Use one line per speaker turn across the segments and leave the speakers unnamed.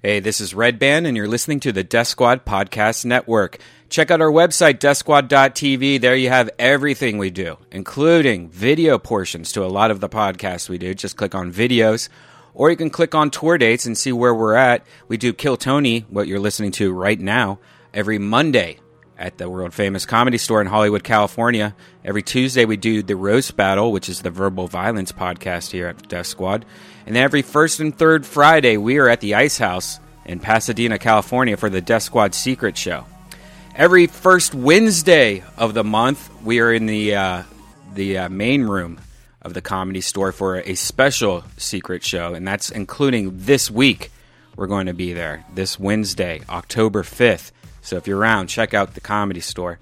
Hey, this is Red Band, and you're listening to the Death Squad Podcast Network. Check out our website, deathsquad.tv. There you have everything we do, including video portions to a lot of the podcasts we do. Just click on videos, or you can click on tour dates and see where we're at. We do Kill Tony, what you're listening to right now, every Monday at the world famous comedy store in Hollywood, California. Every Tuesday, we do the Roast Battle, which is the verbal violence podcast here at Death Squad. And then every first and third Friday, we are at the Ice House in Pasadena, California for the Death Squad Secret Show. Every first Wednesday of the month, we are in the, uh, the uh, main room of the comedy store for a special secret show, and that's including this week. We're going to be there this Wednesday, October 5th. So if you're around, check out the comedy store.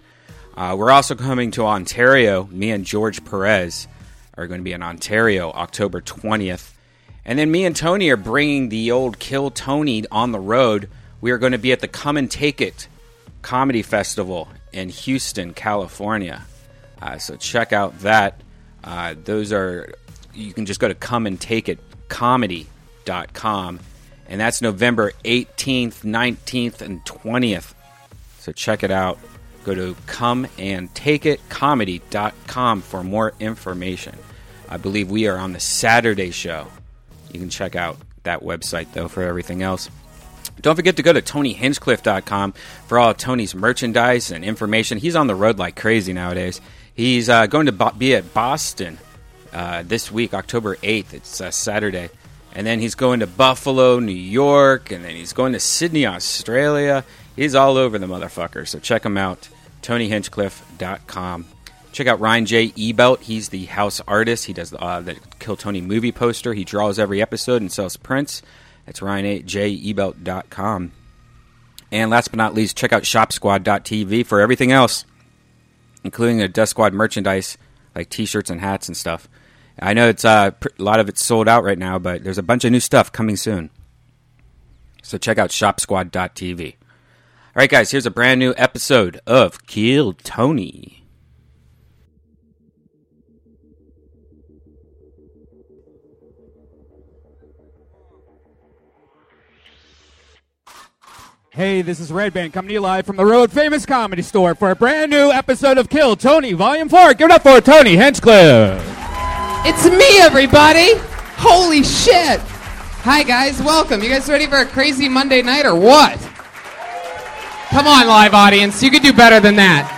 Uh, we're also coming to Ontario. Me and George Perez are going to be in Ontario October 20th. And then me and Tony are bringing the old Kill Tony on the road. We are going to be at the Come and Take It Comedy Festival in Houston, California. Uh, so check out that. Uh, those are, you can just go to Come and Take It Comedy.com. And that's November 18th, 19th, and 20th. So check it out. Go to comeandtakeitcomedy.com for more information. I believe we are on the Saturday show. You can check out that website though for everything else. Don't forget to go to TonyHinchcliffe.com for all of Tony's merchandise and information. He's on the road like crazy nowadays. He's uh, going to bo- be at Boston uh, this week, October 8th. It's uh, Saturday. And then he's going to Buffalo, New York. And then he's going to Sydney, Australia. He's all over the motherfucker. So check him out. TonyHinchcliffe.com. Check out Ryan J. Ebelt. He's the house artist. He does uh, the Kill Tony movie poster. He draws every episode and sells prints. That's RyanJEbelt.com. And last but not least, check out ShopSquad.tv for everything else, including the Dust Squad merchandise, like t shirts and hats and stuff. I know it's uh, pr- a lot of it's sold out right now, but there's a bunch of new stuff coming soon. So check out ShopSquad.tv. All right, guys, here's a brand new episode of Kill Tony.
Hey, this is Red Band coming to you live from the Road Famous Comedy Store for a brand new episode of Kill Tony Volume 4. Give it up for Tony Hinchcliffe.
It's me, everybody! Holy shit! Hi, guys, welcome. You guys ready for a crazy Monday night or what? Come on, live audience, you could do better than that.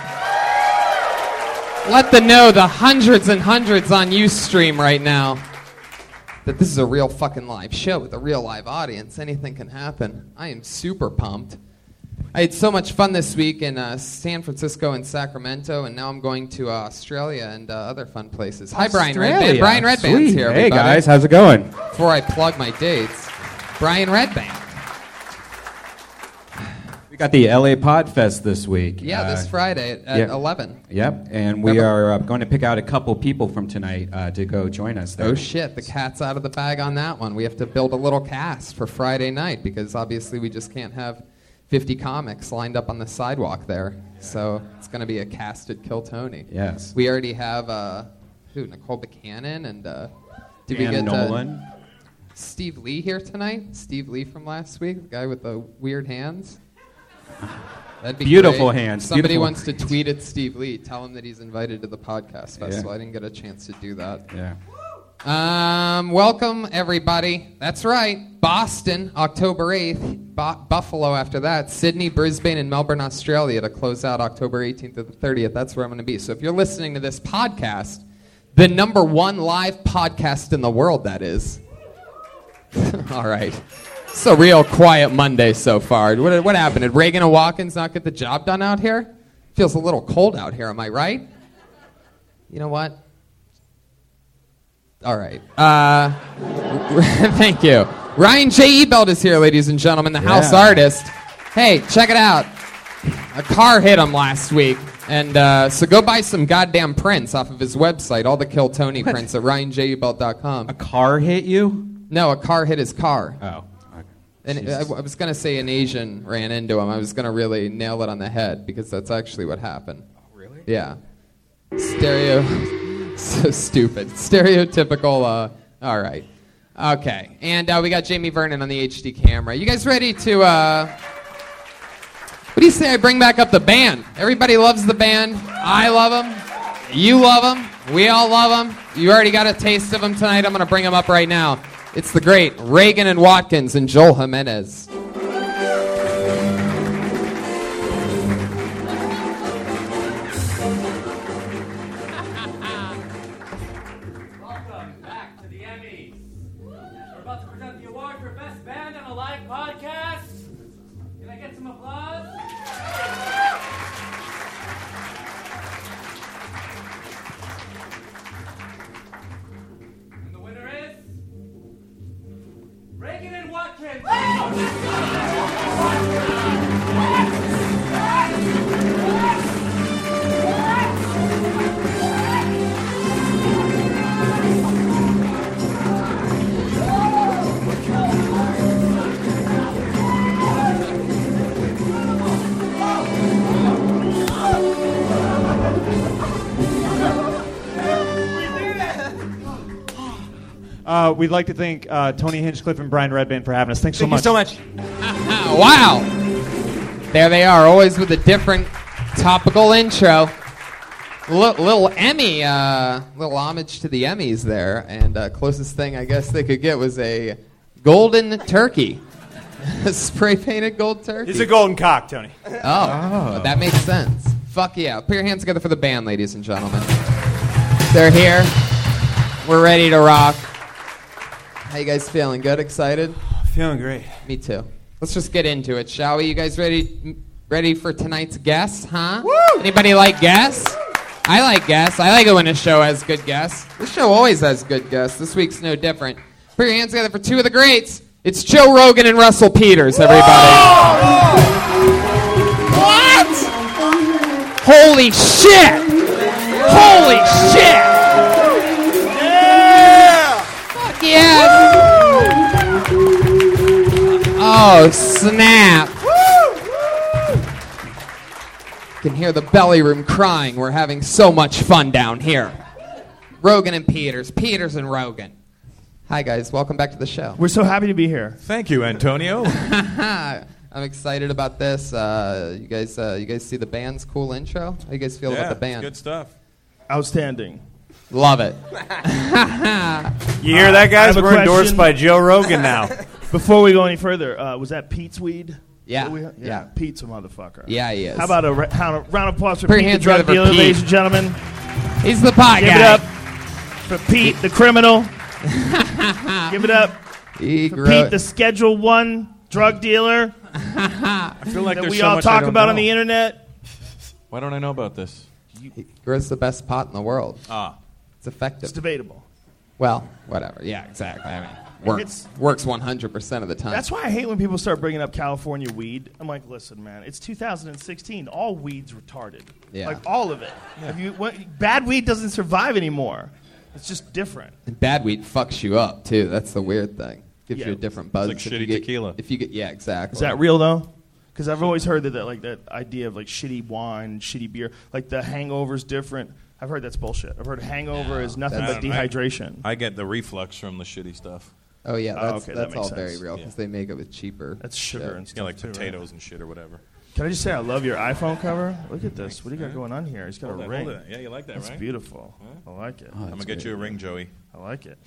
Let them know the hundreds and hundreds on Ustream right now that this is a real fucking live show with a real live audience. Anything can happen. I am super pumped. I had so much fun this week in uh, San Francisco and Sacramento, and now I'm going to uh, Australia and uh, other fun places. Hi, Brian Redband. Brian Redband's here.
Hey,
everybody.
guys, how's it going?
Before I plug my dates, Brian Redband.
We got the LA Podfest this week.
Yeah,
Uh,
this Friday at, at
yeah.
11.
Yep, and we
Remember-
are uh, going to pick out a couple people from tonight uh, to go join us there.
Oh shit, the cat's out of the bag on that one. We have to build a little cast for Friday night because obviously we just can't have 50 comics lined up on the sidewalk there. So it's going to be a cast at Kill Tony.
Yes.
We already have uh, who Nicole Buchanan and uh, did we
Dan
get uh,
Nolan.
Steve Lee here tonight? Steve Lee from last week, the guy with the weird hands. That'd be
Beautiful
great.
hands,
Somebody
beautiful
wants to tweet at Steve Lee, tell him that he's invited to the podcast festival.
Yeah.
I didn't get a chance to do that.
Yeah.
Um, welcome everybody. That's right, Boston, October 8th. Bo- Buffalo after that. Sydney, Brisbane, and Melbourne, Australia to close out October 18th to the 30th. That's where I'm going to be. So if you're listening to this podcast, the number one live podcast in the world, that is. All right. It's a real quiet Monday so far. What, what happened? Did Reagan and Watkins not get the job done out here? Feels a little cold out here, am I right? You know what? All right. Uh, thank you. Ryan J. Ebelt is here, ladies and gentlemen, the house
Yeah.
artist. Hey, check it out. A car hit him last week. And uh, so go buy some goddamn prints off of his website, all the Kill Tony prints at ryanjebelt.com.
Car hit you?
No, a car hit his car.
Oh.
And I, I was going to say an Asian ran into him. I was going to really nail it on the head because that's actually what happened.
Really?
Yeah. Stereo. so stupid. Stereotypical. Uh, all right. Okay, and uh, we got Jamie Vernon on the HD camera. You guys ready to? Uh... What do you say I bring back up the band? Everybody loves the band. I love them. You love them. We all love them. You already got a taste of them tonight. I'm gonna bring them up right now. It's the great Reagan and Watkins and Joel Jimenez.
Welcome back to the Emmys. We're about to present the award for Best Band on a Live Podcast. Can I get some applause? And the winner is Reagan and Watkins.
Uh, we'd like to thank uh, Tony Hinchcliffe and Brian Redband for having us. Thanks so much.
much. wow. There they are, always with a different topical intro. L- little Emmy, uh, little homage to the Emmys there, and uh, closest thing I guess they could get was a golden turkey, spray painted gold turkey.
He's a golden cock, Tony.
oh, that makes sense. Fuck yeah! Put your hands together for the band, ladies and gentlemen. They're here. We're ready to rock. How you guys feeling? Good? Excited?
Feeling great.
Me too. Let's just get into it, shall we? You guys ready ready for tonight's guess, huh? Woo! Anybody like guess? I like guess. I like it when a show has good guess. This show always has good guess. This week's no different. Put your hands together for two of the greats. It's Joe Rogan and Russell Peters, everybody. What? Holy shit! Holy shit! Fuck yes! Oh, snap. Can hear the belly room crying. We're having so much fun down here. Rogan and Peters. Peters and Rogan. Hi, guys. Welcome back to the show.
We're so happy to be here.
Thank you, Antonio.
Ah, I'm excited about this. Uh, you guys, uh, you guys see the band's cool intro? How you guys feel about the band?
Good stuff.
Outstanding.
Love it.
You hear that,
I
guys?
have a
We're endorsed
question.
by Joe Rogan now.
Before we go any further, uh, was that Pete's weed?
Yeah,
That we- yeah.
yeah.
Pete's a motherfucker.
Yeah, he is.
How about a ra- round of, round of applause for
Put your
Pete, the
hands
drug
together for
dealer,
Pete.
ladies and gentlemen?
He's the pot
Give
guy.
it up for Pete, the criminal. Give it up
He
for
grow-
Pete, the Schedule One drug dealer
I feel like
that
there's
we
so
all
much I
talk
don't
about
know.
on the internet.
Why don't I know about this?
grows the best pot in the world.
Ah,
It's effective.
It's debatable.
Well, whatever. Yeah, exactly. I mean, works
It's-
works 100% of the time.
That's why I hate when people start bringing up California weed. I'm like, listen, man, it's 2016. All weed's retarded.
Yeah.
Like all of it. If you, what, bad weed doesn't survive anymore. It's just different.
And bad weed fucks you up too. That's the weird thing. Gives
Yeah.
you a different buzz.
like
if you
shitty
get-
tequila.
If you get yeah, exactly.
Is that real though? Because I've always heard that, that like that idea of like shitty wine, shitty beer, like the hangover's different. I've heard that's bullshit. I've heard hangover is nothing
that's-
but
Uh, I don't-
dehydration.
I get the reflux from the shitty stuff.
Oh yeah,
Oh,
that's
okay, that
that's
makes
all
sense.
very real because they make it with cheaper.
that's sugar
shit.
and stuff.
You know, like
too, right?
potatoes and shit or whatever.
Can I just say I love your iPhone cover? Look at this. What do you got going on here? He's got
Hold
a
it,
ring.
hold it. Yeah, you like that,
That's
right?
beautiful. I like
Oh,
it.
I'm gonna get you a ring, Joey.
I like it.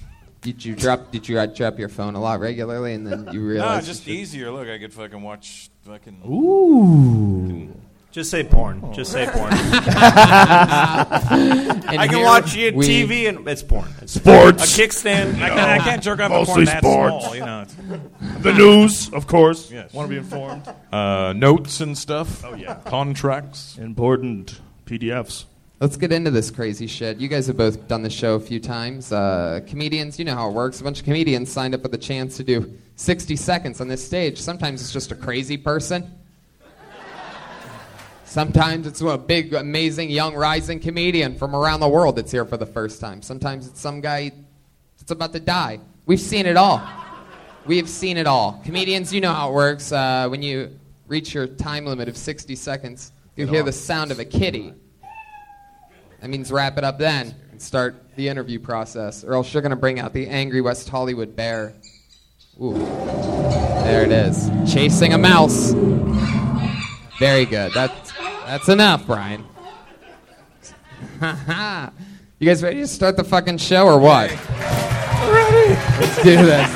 Did you drop? Did you uh, drop your phone a lot regularly, and then you
No,
realized?
just
you should-
easier. Look, I could fucking watch fucking.
Just say porn. Just say porn.
and
I can
here
watch you
we-
TV and it's porn. It's a
Sports,
kickstand. I, can, I can't jerk off a porn
Mostly
that
sports.
small. You know. It's-
the news, of course.
Yes.
Want to be informed?
Uh, notes and stuff.
Oh, yeah.
Contracts.
Important PDFs.
Let's get into this crazy shit. You guys have both done the show a few times. Uh, comedians, you know how it works. A bunch of comedians signed up with a chance to do 60 seconds on this stage. Sometimes it's just a crazy person. Sometimes it's a big, amazing, young, rising comedian from around the world that's here for the first time. Sometimes it's some guy that's about to die. We've seen it all. We've seen it all. Comedians, you know how it works. Uh, when you reach your time limit of 60 seconds, you hear the sound of a kitty. That means wrap it up then. It's start the interview process, or else you're going to bring out the angry West Hollywood bear. Ooh. There it is. Chasing a mouse. Very good. That's, that's enough, Brian. you guys ready to start the fucking show or what? Ready. Let's do this.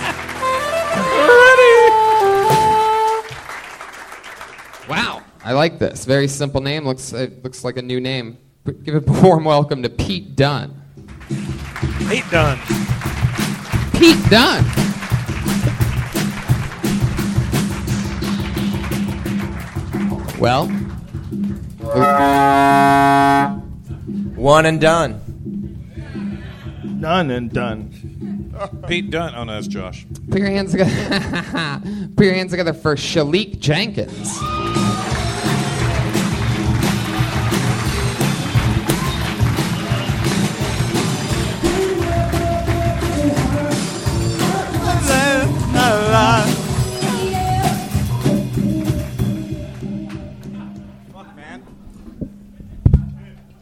Wow, I like this. Very simple name. Looks it looks like a new name. P- Give a warm welcome to Pete Dunn.
Pete Dunn.
Pete Dunn. Well,
One and done.
Done and done.
Pete Dunn. Oh, no, that's Josh.
put your hands together. put your hands together for Shalik Jenkins.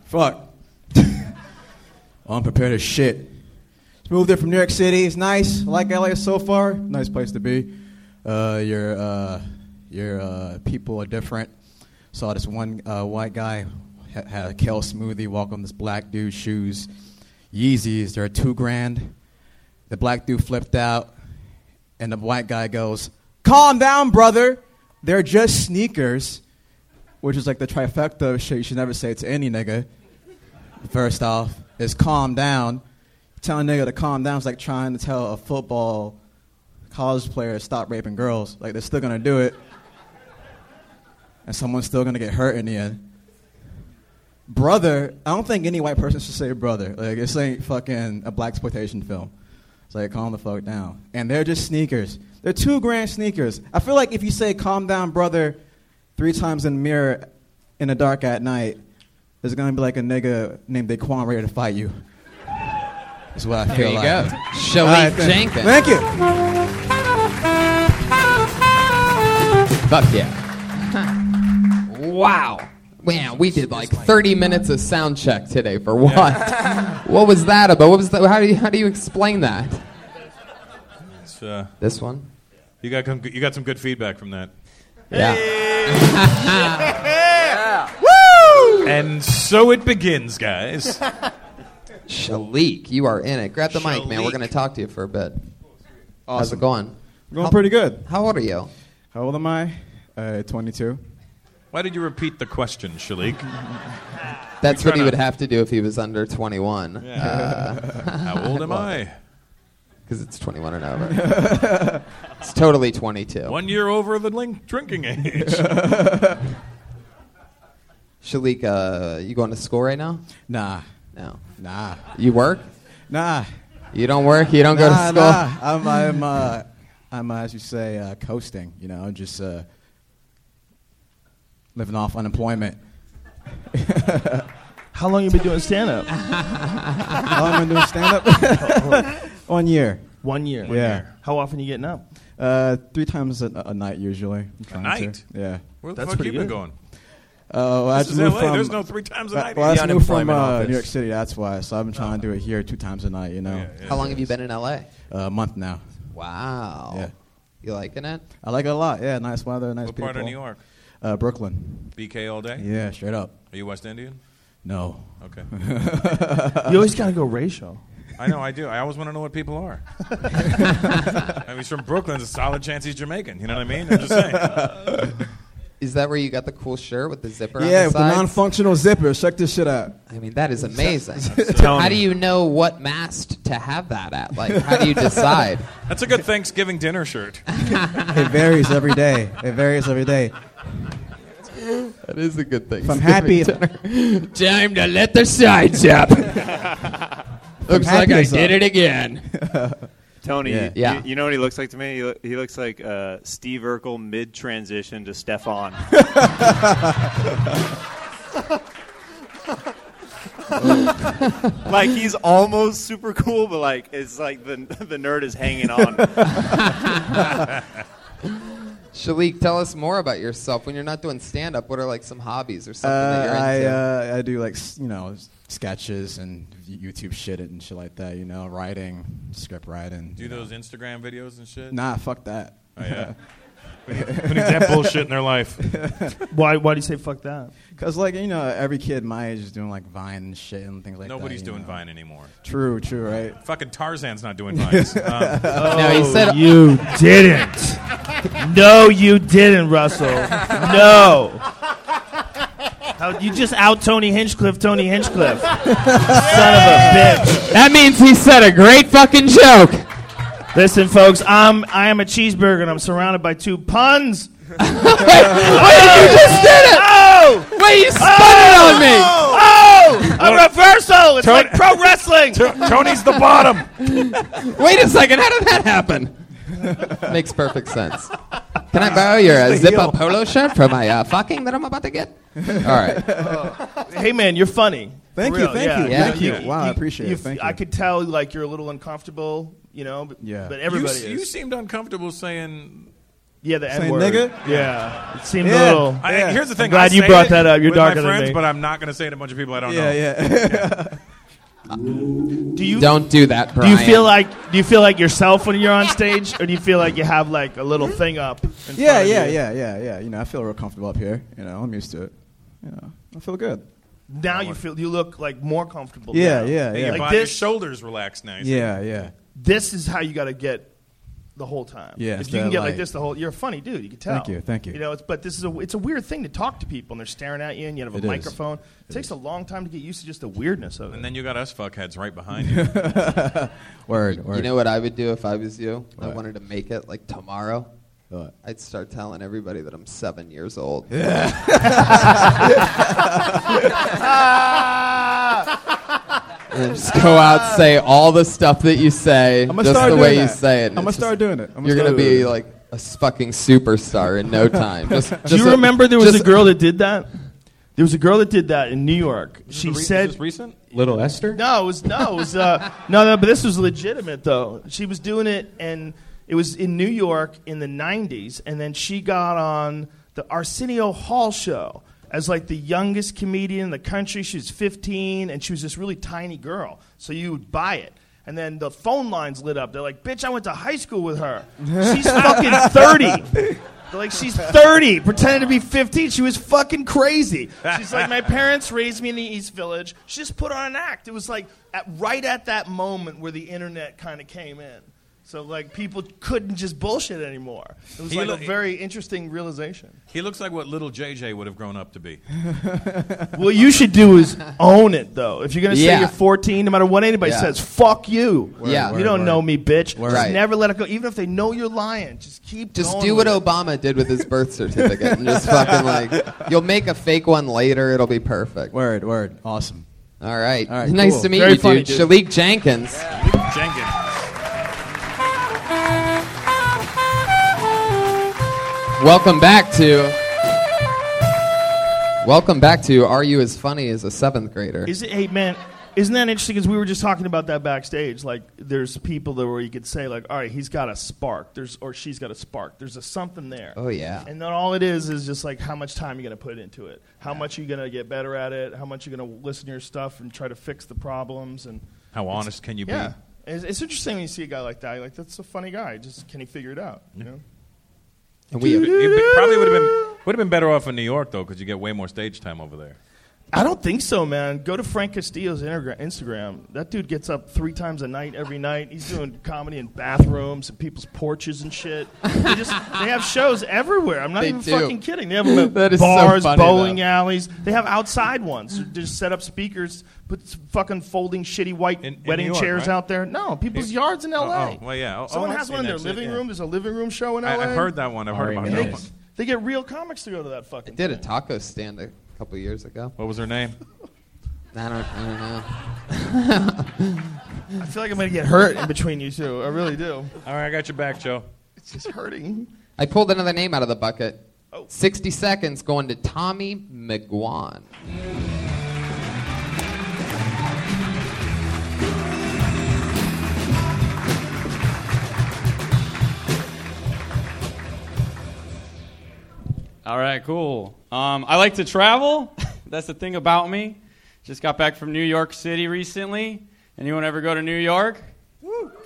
Fuck. I'm prepared as shit. Just moved there from New York City. It's nice. I like LA so far. Nice place to be. Uh, your uh, your uh, people are different. Saw this one uh, white guy ha- had a kale smoothie. Walk on this black dude's shoes. Yeezys. They're two grand. The black dude flipped out, and the white guy goes, "Calm down, brother. They're just sneakers." Which is like the trifecta of shit you should never say to any nigga first off, is calm down. Telling a nigga to calm down is like trying to tell a football college player to stop raping girls. Like they're still gonna do it. And someone's still gonna get hurt in the end. Brother, I don't think any white person should say brother. Like this ain't fucking a black exploitation film. It's like calm the fuck down. And they're just sneakers. They're two grand sneakers. I feel like if you say calm down, brother, three times in the mirror in the dark at night, there's gonna be like a nigga named Daquan ready to fight you. That's what I
There
feel
you
like.
go,
All right,
Shalik
thank-
Jenkins.
Thank you.
Fuck yeah. wow. Man, we did like 30 minutes of sound check today for what? what was that about? What was that? How do you, how do you explain that?
It's, uh,
This one?
you, got some, you got some good feedback from that.
Yeah.
And so it begins, guys.
Shalik, you are in it. Grab the mic, man. We're going to talk to you for a bit. How's it going?
Going pretty good.
How old are you?
How old am I? Uh, 22.
Why did you repeat the question, Shalik?
That's what he
tryna-
would have to do if he was under 21. Because
How old am I?
it's 21 and over. it's totally 22.
One year over the link drinking age.
Shalik, uh, you going to school right now?
Nah,
No.
nah,
You work?
nah.
You don't work? You don't go to
nah,
school?
Nah. I'm, I'm, uh, I'm, uh, as you say, uh, coasting. You know, I'm just uh, living off unemployment.
How long you been doing stand up?
How long am I doing stand up? One year.
One year.
yeah.
How often you getting up?
Uh, three times a, a night usually. I'm trying to.
night?
Yeah.
Where the
That's
fuck
pretty
you been
good.
going?
Uh, well, I
This
just
is
moved
LA.
from-
There's no three times a
Well,
night.
well, I
here.
just moved from unemployment uh, New office. York City. That's why. So I've been trying to do it here two times a night. You know,
How long have you been in LA?
Uh, a month now.
Wow.
Yeah.
You liking it?
I like it a lot. Yeah, nice weather, nice
What
people.
part of New York?
Uh, Brooklyn.
BK all day?
Yeah, straight up.
Are you West Indian?
No.
Okay.
You always gotta go racial.
I know, I do. I always want to know what people are. I mean, he's from Brooklyn. It's a solid chance he's Jamaican. You know what I mean? I'm just saying.
Is that where you got the cool shirt with the zipper
yeah,
on the
with the
sides?
non-functional zipper. Check this shit out.
I mean, that is amazing.
telling
how do
you.
you know what mast to have that at? Like, how do you decide?
That's a good Thanksgiving dinner shirt.
It varies every day. It varies every day.
that is a good thing.
If I'm happy, if
Time to let the sides up. Looks
happy
like I
as a-
did it again.
Tony,
Yeah.
You,
Yeah.
you know what he looks like to me? He, loo- he looks like uh, Steve Urkel mid transition to Stefan. like he's almost super cool, but like it's like the the nerd is hanging on.
Shalik, tell us more about yourself. When you're not doing stand up, what are like some hobbies or something that
Uh,
you're
I
into?
uh, I do like s- you know s- sketches and YouTube shit and shit like that. You know, writing, script writing.
Do those Instagram videos and shit?
Nah, fuck that.
Oh, yeah. Who needs- who needs that bullshit in their life?
why Why do you say fuck that? Because like you know, every kid my age is doing like Vine and shit and things like that.
Nobody's
you
doing
know.
Vine anymore.
True, true, right?
Fucking Tarzan's not doing vines. Um,
no, Oh, you didn't. No, you didn't, Russell. No. How, you just out Tony Hinchcliffe, Tony Hinchcliffe. Son of a bitch.
That means he said a great fucking joke.
Listen, folks, I'm I am a cheeseburger and I'm surrounded by two puns.
you just did it!
Oh!
Wait, you
spun
oh!
it on me!
Oh! A reversal! It's like pro wrestling!
Tony's the bottom!
Wait a second, how did that happen? Makes perfect sense. Can I borrow your uh,
He's the
zip up
heel.
polo shirt for my uh, fucking that I'm about to get? All right.
hey man, you're funny.
Thank
For
you,
real,
thank you,
yeah.
thank you. Wow, I appreciate it,
you f-
thank
I could tell like you're a little uncomfortable, you know. But,
Yeah.
But
You
everybody
you,
is.
you seemed uncomfortable saying.
yeah, the
Saying
N word.
nigga?
Yeah. It seemed
Yeah.
a little.
I-
Yeah.
Here's the thing.
I'm glad
I
you
say
brought
it
that up. You're
with my
darker than
friends,
me.
But I'm not going to say it to a bunch of people I don't know.
Yeah, yeah. do you
Don't do that,
Do
Brian.
you feel like do you feel like yourself when you're on stage, or do you feel like you have like a little thing up? in
Yeah,
front of
yeah,
you?
yeah, yeah, yeah. You know, I feel real comfortable up here. You know, I'm used to it. You know, I feel good.
Now you feel you look like more comfortable.
Yeah,
now.
yeah,
Hey,
yeah.
Your,
Like
body,
this-
your shoulders relaxed now. You see?
Yeah, yeah.
This is how you got to get the whole time.
Yeah,
if
it's
you can
that
get like
light.
this the whole, you're a funny dude. You can tell.
Thank you, thank you.
You know, it's, but this is a it's a weird thing to talk to people and they're staring at you and you have a
It is.
microphone. It, takes a long time to get used to just the weirdness of it.
And then you got us fuckheads right behind you.
Word,
You
word.
know what I would do if I was you? I
What?
wanted to make it like tomorrow.
What?
I'd start telling everybody that I'm seven years old. and just go out, say all the stuff that you say,
I'ma
just
start
the
doing
way you
that.
say it.
I'ma
It's
start
just-
doing it. I'ma
you're
start
gonna
doing
be
it.
like a fucking superstar in no time. Just,
do
just
you
a-
remember there was
just-
a girl that did that? There was a girl that did that in New York. She said
recent?
Little Esther?
No, it was no, it was uh, no, no. But this was legitimate though. She was doing it, and it was in New York in the '90s, and then she got on the Arsenio Hall show as like the youngest comedian in the country. She was 15, and she was this really tiny girl, so you would buy it. And then the phone lines lit up. They're like, "Bitch, I went to high school with her. She's fucking 30." They're like, "She's 30, pretending to be 15. She was fucking crazy." She's like, "My parents raised me in the East Village. She just put on an act." It was like at, right at that moment where the internet kind of came in. So like people couldn't just bullshit anymore. It was
He
like
look-
a very interesting realization.
He looks like what little JJ would have grown up to be.
What you should do is own it though. If you're gonna
Yeah.
say you're 14, no matter what anybody
Yeah.
says, fuck you.
Word, Yeah.
you
word,
don't
word.
know me, bitch.
Word.
Just
Right.
never let it go. Even if they know you're lying, just keep.
Just
going
do what
with it.
Obama did with his birth certificate and just fucking like you'll make a fake one later, it'll be perfect.
Word, word. Awesome.
All right.
All right,
nice
cool.
to meet
Very
you,
funny,
dude.
dude.
Shalik Jenkins.
Jenkins.
Welcome back to Welcome back to Are You As Funny as a Seventh Grader.
Is it, hey man, isn't that interesting? Because we were just talking about that backstage. Like, there's people that where you could say like, all right, he's got a spark. There's or she's got a spark. There's a something there.
Oh, yeah.
And then all it is is just like how much time you're gonna put into it. How much you're gonna get better at it. How much you're gonna listen to your stuff and try to fix the problems and.
How honest can you
yeah.
be?
It's, it's interesting when you see a guy like that. You're like, that's a funny guy. Just can he figure it out? You know.
And
we you be- probably would have been would have been better off in New York though, because you get way more stage time over there.
I don't think so, man. Go to Frank Castillo's intergra- Instagram. That dude gets up three times a night every night. He's doing comedy in bathrooms and people's porches and shit. They, just, they have shows everywhere. I'm not
They
even
do.
fucking kidding. They have them at
That is so
bars,
funny,
bowling
though.
alleys. They have outside ones. They just set up speakers, put s- fucking folding shitty white
in
wedding
New York,
chairs
right?
out there. No, people's
In-
yards in
Oh,
L.A.
oh, well, yeah. Oh,
Someone
oh, I've
has one in
seen that
their
shit,
living
yeah.
room. There's a living room show in
I-
L.A.
I've heard that one. I've heard about
And
that
they-
one.
They get real comics to go to that fucking.
I did a taco stand a couple years ago.
What was her name?
I don't, I don't know.
I feel like I'm gonna get hurt in between you two. I really do. All
right, I got your back, Joe.
It's just hurting.
I pulled another name out of the bucket.
Oh.
60 seconds going to Tommy McGuan.
All right, cool. Um, I like to travel. That's the thing about me. Just got back from New York City recently. Anyone ever go to New York?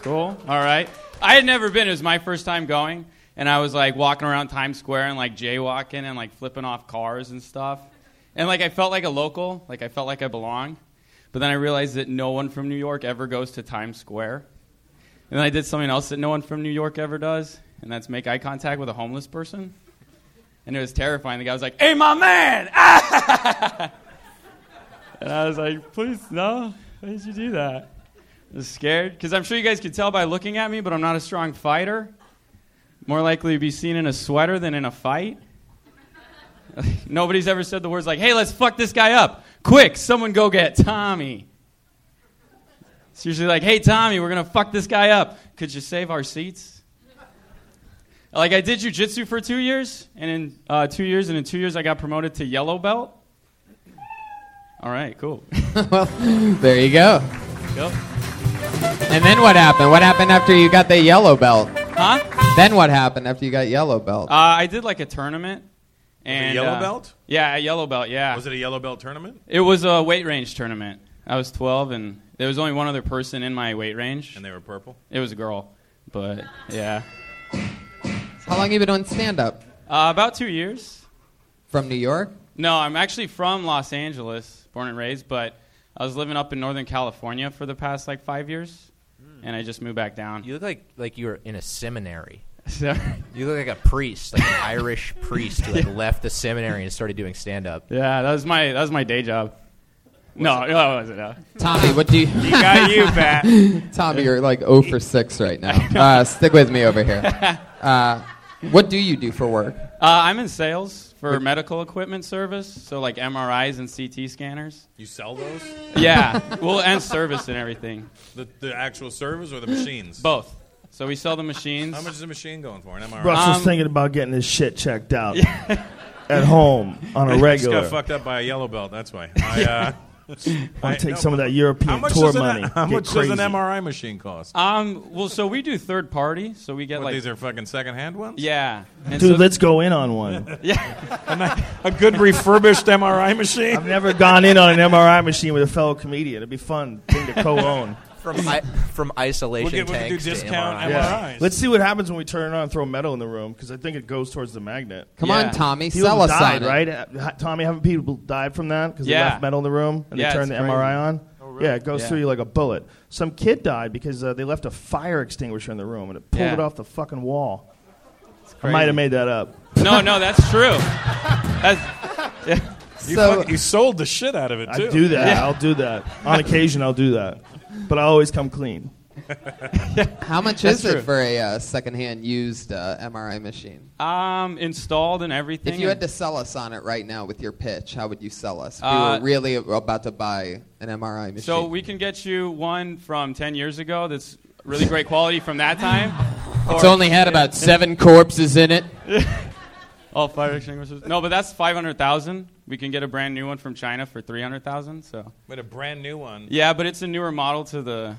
Cool. All right. I had never been. It was my first time going, and I was like walking around Times Square and like jaywalking and like flipping off cars and stuff. And like I felt like a local. Like I felt like I belonged. But then I realized that no one from New York ever goes to Times Square. And then I did something else that no one from New York ever does, and that's make eye contact with a homeless person. And it was terrifying. The guy was like, "Hey, my man!" and I was like, "Please, no! Why did you do that?" I was scared because I'm sure you guys could tell by looking at me, but I'm not a strong fighter. More likely to be seen in a sweater than in a fight. Nobody's ever said the words like, "Hey, let's fuck this guy up quick! Someone go get Tommy." It's usually like, hey, Tommy, we're going to fuck this guy up. Could you save our seats? like, I did jujitsu for two years, and in uh, two years, and in two years, I got promoted to yellow belt. All right, cool.
well, there you go.
Yep. Uh,
And then what happened? What happened after you got the yellow belt?
Huh?
Then what happened after you got yellow belt?
Uh, I did like a tournament. And
yellow
uh,
belt?
Yeah, a yellow belt. Yeah.
Was it a yellow belt tournament?
It was a weight range tournament. I was 12, and there was only one other person in my weight range. And
they were purple?
It was a girl, but yeah.
How long you been on stand up?
Uh, about two years.
From New York?
No, I'm actually from Los Angeles, born and raised, but I was living up in Northern California for the past like five years,
Hmm.
and I just moved back down.
You look like like you were in a seminary. you look like a priest, like an Irish priest who like left the seminary and started doing stand up.
Yeah, that was my that was my day job. no, no, it wasn't. No.
Tommy, what do you.
you got you, Pat.
Tommy, you're like 0 for 6 right now. Uh, stick with me over here. Uh, what do you do for work?
Uh, I'm in sales for medical equipment service, so like MRIs and CT scanners.
You sell those?
Yeah, well, and service and everything.
The, the actual servers or the machines?
Both. So we sell the machines. Um,
How much is a machine going for? An MRI?
Russell's thinking about getting his shit checked out at home on
I
a
just
regular.
got fucked up by a yellow belt. That's why. I, uh,
I'll
I-
take
no,
some of that European
how much
tour
does an-
money.
how
Get
much
crazy.
does an MRI machine cost?
Um, well, so we do third party, so we get
What,
like
these are fucking secondhand ones.
yeah. And
Dude,
so-
let's go in on one.
Yeah,
a good refurbished MRI machine.
I've never gone in on an MRI machine with a fellow comedian. It'd be fun thing to co-own.
From I, from isolation
We'll get- we can
tanks
do
to
discount
MRI.
Yeah. Let's see what happens when we turn it on and throw metal in the room because I think it goes towards the magnet.
Come on, Tommy,
People
sell us
died,
on it.
right? Ha- Tommy, haven't people died from that because
Yeah.
they left metal in the room and
Yeah,
they turned the
it's crazy.
MRI on? Oh, Yeah, it goes
Yeah.
through you like a bullet. Some kid died because uh, they left a fire extinguisher in the room and it pulled
Yeah.
it off the fucking wall. I
crazy.
might have made that up.
no, no, that's true. That's, yeah.
You,
So-
fuck- you sold the shit out of it too.
I do that.
Yeah.
I'll do that. On occasion, I'll do that. But I always come clean.
How much
That's
is
true.
it for a uh, secondhand used uh, MRI machine?
Um, installed and everything.
If you had to sell us on it right now with your pitch, how would you sell us? If
Uh,
we were really about to buy an MRI machine.
So we can get you one from 10 years ago that's really great quality from that time.
It's only had about seven corpses in it.
All fire extinguishers. No, but that's 500,000. We can get a brand new one from China for 300,000. So
With a brand new one.
yeah, but it's a newer model to the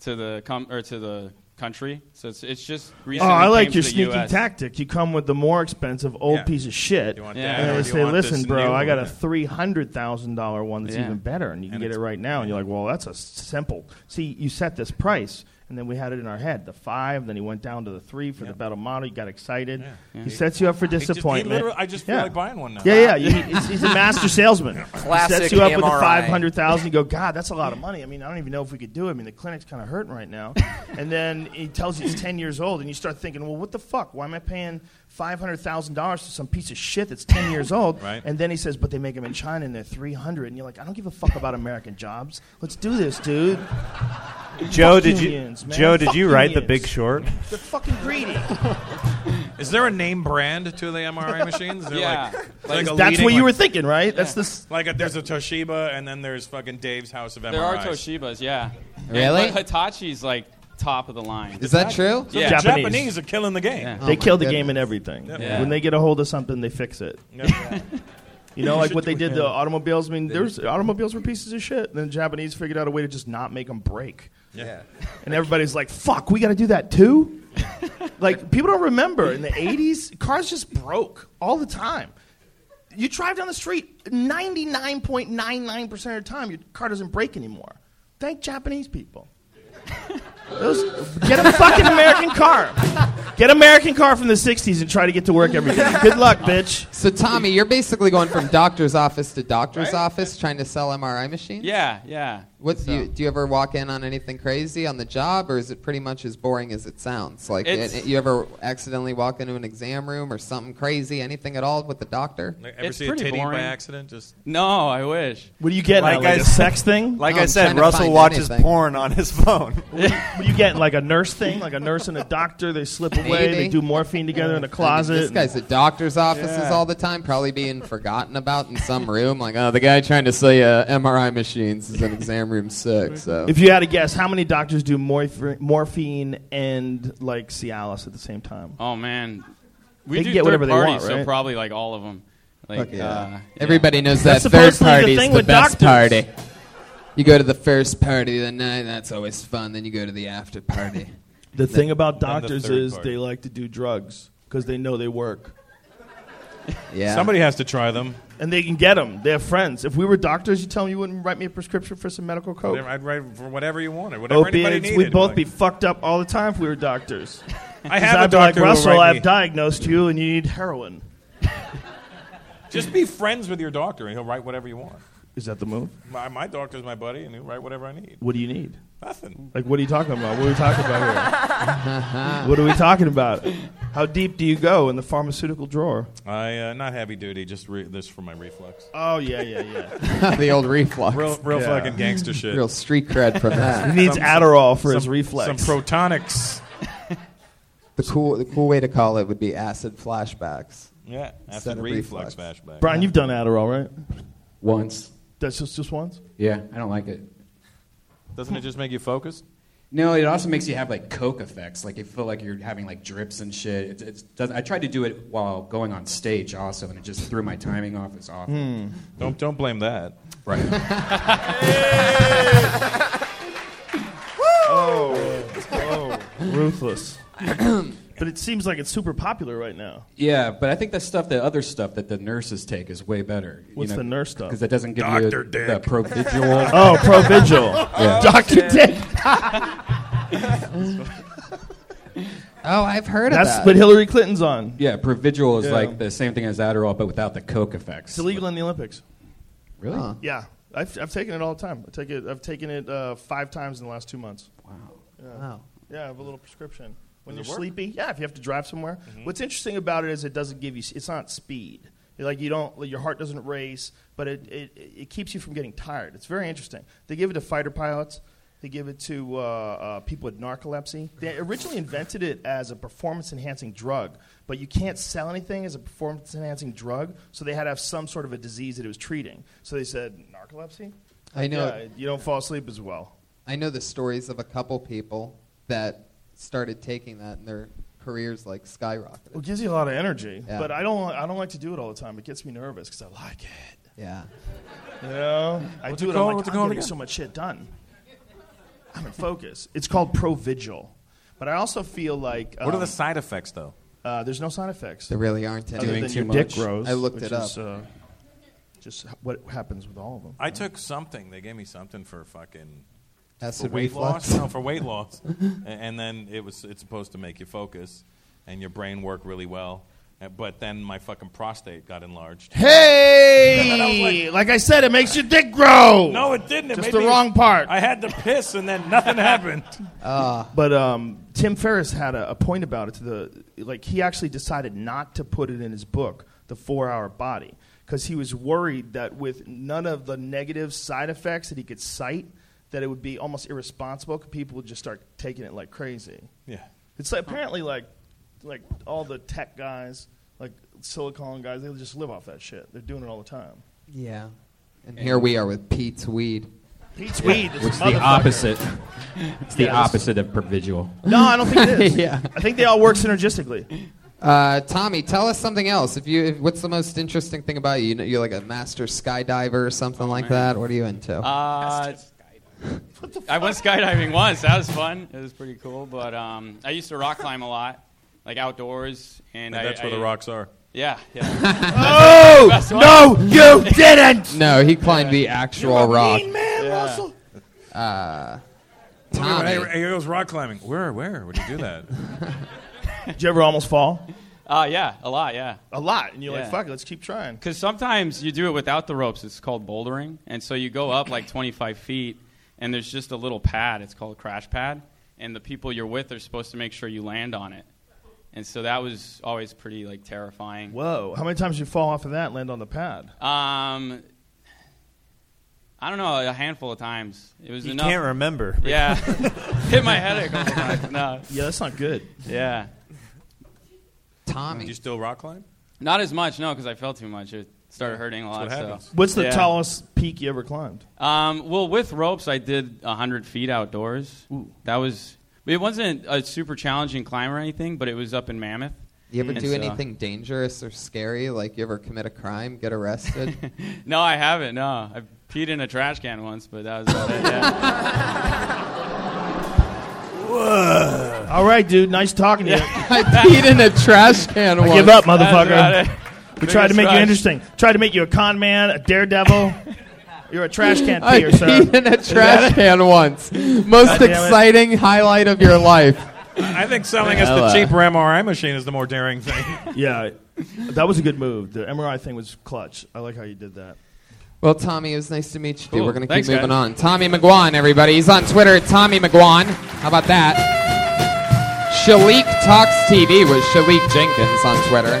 to the com- or to the country. So it's it's just
Oh,
recently.
I like
came
your
to the
sneaky
US.
tactic. You come with the more expensive old
Yeah.
piece of shit,
You want
Yeah.
that
and
or
they
do you
say,
want
"Listen,
this
bro,
new
I got
one?"
a three hundred thousand dollar one that's
Yeah.
even better, and you can
And
get it
it's-
right now." And you're like, "Well, that's a s- simple." See, you set this price, and then we had it in our head: the five. Then he went down to the three for the better model. You got excited. He sets you up for
It just- he
disappointment.
literally- I just feel
Yeah.
like buying one now.
Yeah, yeah. You- he's, he's a master salesman. he
Classic
sets you up with the
MRI.
five hundred thousand. You go, God, that's a lot of money. I mean, I don't even know if we could do it. I mean, the clinic's kind of hurting right now. and then he tells you it's ten years old, and you start thinking, well, what the fuck? Why am I paying five hundred thousand dollars to some piece of shit that's ten years old?
Right.
And then he says, but they make them in China, and they're three hundred. And you're like, I don't give a fuck about American jobs. Let's do this, dude.
Joe,
Fuck
did you
unions, man.
Joe, did
Fuck
you write The
unions.
Big Short?
They're fucking greedy.
Is there a name brand to the MRI machines? They're
Yeah.
Like,
Like,
like a
That's
leading-
what you
like-
were thinking, right? That's this.
Like a, there's a Toshiba, and then there's fucking Dave's House of MRIs.
There are Toshibas, yeah. And-
Really?
but Hitachi's like top of the line.
is that true?
So
Yeah.
the Japanese.
Japanese.
are killing the game.
Yeah. Oh
They
my
kill the
goodness.
game and everything.
Yeah.
When they get a hold of something, they fix it. You know, like what they did to automobiles. I mean, there's automobiles were pieces of shit. And then Japanese figured out a way to just not make them break.
Yeah.
And everybody's like, "Fuck, we got to do that too." Like people don't remember in the '80s, cars just broke all the time. You drive down the street, 99.99% of the time, your car doesn't break anymore. Thank Japanese people. Those, get a fucking American car. Get an American car from the '60s and try to get to work every day. Good luck, bitch.
So Tommy, you're basically going from doctor's office to doctor's office trying to sell MRI machines.
Yeah, yeah.
What do you do? You ever walk in on anything crazy on the job, or is it pretty much as boring as it sounds? Like
It's-
it- you ever accidentally walk into an exam room or something crazy, anything at all with the doctor?
Like, ever see a titty by accident? Just
No, I wish.
What do you get? Like, like a sex thing?
Like I said, Russell watches
porn on his phone. what, do you, what do you get? Like a nurse thing? Like a nurse and a doctor? They slip away. They
Maybe.
do morphine together in a closet.
This guy's at doctor's offices
Yeah.
all the time, probably being forgotten about in some room. Like, oh, the guy trying to sell you MRI machines is in exam room six. So.
If you had to guess, how many doctors do morph- morphine and like Cialis at the same time?
Oh man, we
They
do
can get
third
whatever they
parties,
want,
so
right?
probably like all of them. Like
Fuck yeah.
uh,
Everybody knows
That's
that third party
supposedly the thing
is the
with
best
doctors.
party. You go to the first party of the night, that's always fun. Then you go to the after party.
The
Then-
thing about
then the
doctors
third
is
party.
they like to do drugs because they know they work.
Yeah.
Somebody has to try them.
And they can get them. They're friends. If we were doctors, you tell me you wouldn't write me a prescription for some medical coke.
I'd write for whatever you wanted, whatever anybody
Oh. Opiates.
needed.
We'd both
Like,
be fucked up all the time if we were doctors.
I
'Cause
have a
I'd be like,
doctor who will
Russell,
write
I've
me-
diagnosed you and you need heroin.
just be friends with your doctor, and he'll write whatever you want.
Is that the move?
My, my doctor's my buddy, and he'll write whatever I need.
What do you need?
Nothing.
Like, what are you talking about? What are we talking about here? what are we talking about? How deep do you go in the pharmaceutical drawer?
I uh, not heavy duty, just re- this for my reflux.
Oh yeah, yeah, yeah.
the old reflux.
Real, real fucking gangster shit.
Real street cred from that.
He needs Adderall for his
some-
reflex.
Some protonics.
The cool, the cool way to call it would be acid flashbacks.
Yeah,
Instead
acid
of
reflux flashback.
Brian, you've done Adderall, right?
Once.
That's just, just once?
Yeah, I don't like it.
Doesn't it just make you focus?
No, it also makes you have like coke effects. Like you feel like you're having like drips and shit. It's, it's, does, I tried to do it while going on stage also, and it just threw my timing off. It's awful.
Hmm. Don't don't blame that.
Right.
Oh, oh, ruthless. but it seems like it's super popular right now.
Yeah, but I think the stuff, the other stuff that the nurses take is way better.
What's the nurse stuff?
Because that doesn't give
Dr.
you
Dick.
the provigil.
Oh, Provigil.
yeah.
Dr. Dick.
Oh, I've heard
That's
of that.
what Hillary Clinton's on.
Yeah, Provigil is
Yeah.
like the same thing as Adderall, but without the coke effects.
It's illegal in the Olympics.
Really? Huh.
Yeah. I've, I've taken it all the time. I take it, I've taken it uh, five times in the last two months. Wow. Yeah.
Wow.
Yeah, I have a little prescription. When
Does it
you're
work? Mm-hmm.
sleepy, yeah, if you have to drive somewhere. What's interesting about it is it doesn't give you, s- it's not speed. You're Like you don't, like, your heart doesn't race, but it, it, it keeps you from getting tired. It's very interesting. They give it to fighter pilots. They give it to uh, uh, people with narcolepsy. They originally invented it as a performance enhancing drug, but you can't sell anything as a performance enhancing drug, so they had to have some sort of a disease that it was treating. So they said, narcolepsy?
I know-
Yeah, you don't fall asleep as well.
I know the stories of a couple people that started taking that, and their careers like skyrocketed.
Well, it gives you a lot of energy,
Yeah.
but I don't. I don't like to do it all the time. It gets me nervous because I like it.
Yeah.
You know, I
What's
do
it
it.
called?
I'm like,
What's it
I'm
called
getting
again?
so much shit done. I'm in focus. It's called Provigil, but I also feel like
What are
um,
the side effects though?
Uh, there's no side effects.
There really aren't any.
Other
Doing
than
too
your
much.
dick grows.
I looked
which
it
is,
up.
uh, just h- what happens with all of them.
I took something. They gave me something for fucking
Acid
for weight
reflux?
loss. No, for weight loss. and, and then it was it's supposed to make you focus and your brain work really well. Uh, But then my fucking prostate got enlarged. And I was like,
Hey, like, I said, it makes your dick grow.
No, it didn't. It
Just
made
the
me-
wrong part.
I had to piss, and then nothing happened.
Uh,
but um, Tim Ferriss had a, a point about it. To the like, he actually decided not to put it in his book, The Four Hour Body, because he was worried that with none of the negative side effects that he could cite, that it would be almost irresponsible. 'cause people would just start taking it like crazy.
Yeah.
It's like, apparently like, like all the tech guys, like silicon guys, they just live off that shit. They're doing it all the time.
Yeah. And here we are with Pete's weed.
Pete's weed is
Which is
a motherfucker.
the opposite. It's the
Yeah, this-
opposite of provigil.
No, I don't think it is.
Yeah.
I think they all work synergistically.
Uh, Tommy, tell us something else. If you, if, what's the most interesting thing about you? you know, you're like a master skydiver or something like
Oh,
that. What are you into?
Uh, I went skydiving once. That was fun. It was pretty cool. But um, I used to rock climb a lot. like outdoors, and,
And
I-
that's where
I-
the rocks are.
Yeah. yeah.
Oh,
That's why-
no, you didn't! No, he climbed the
You're a
actual rock.
mean
man,
Yeah.
Russell. Uh,
Hey,
Tommy.
hey, here goes rock climbing. Where? Where would you do that?
Did you ever almost fall?
Uh, yeah, a lot, yeah.
A lot. And you're like, fuck it, let's keep trying.
Because sometimes you do it without the ropes. It's called bouldering. And so you go up like 25 feet, and there's just a little pad. It's called crash pad. And the people you're with are supposed to make sure you land on it. And so that was always pretty like terrifying.
Whoa. How many times did you fall off of that and land on the pad?
Um, I don't know, a handful of times. It was
You
enough-
can't remember.
Yeah, hit my head a couple times. No.
Yeah, that's not good.
Yeah,
Tommy.
Do you still rock climb?
not as much. No, because I fell too much. It started hurting a
That's
lot.
what happens.
So.
What's the
Yeah.
tallest peak you ever climbed?
Um, well, with ropes, I did 100 feet outdoors. That was. It wasn't a super challenging climb or anything, but it was up in Mammoth.
You ever
And
do
so-
anything dangerous or scary? Like you ever commit a crime, get arrested?
No, I haven't. No, I peed in a trash can once, but that was about it.
All right, dude. Nice talking to you.
I peed in a trash can
I
once.
give up,
That's about it.
motherfucker. We tried to
Biggest
make
rush.
you interesting. Tried to make you a con man, a daredevil. You're a trash can
I
peer, sir.
peed in a
Is
trash
that it?
can once.
God
Most
damn it.
exciting highlight of your life.
I think selling us the
Hella.
cheaper MRI machine is the more daring thing.
Yeah, that was a good move. The MRI thing was clutch. I like how you did that.
Well, Tommy, it was nice to meet you. dude.
Cool.
We're going to keep
Thanks,
moving
guys.
on. Tommy McGuan, everybody. He's on Twitter at Tommy McGuan. How about that? Shalik Talks TV was Shalik Jenkins on Twitter.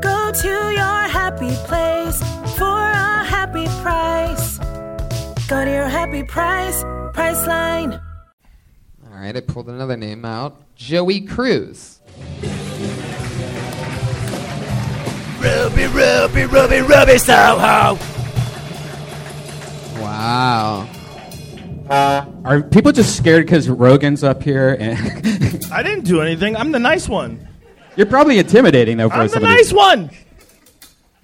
Go to your happy place for a happy price. Go to your happy price, Priceline.
All right, I pulled another name out Joey Cruz.
Ruby, Ruby, Ruby, Ruby Soho.
Wow.
Are people just scared because Rogan's up here? And
I didn't do anything. I'm the nice one.
You're probably intimidating though for
I'm the
somebody.
nice one.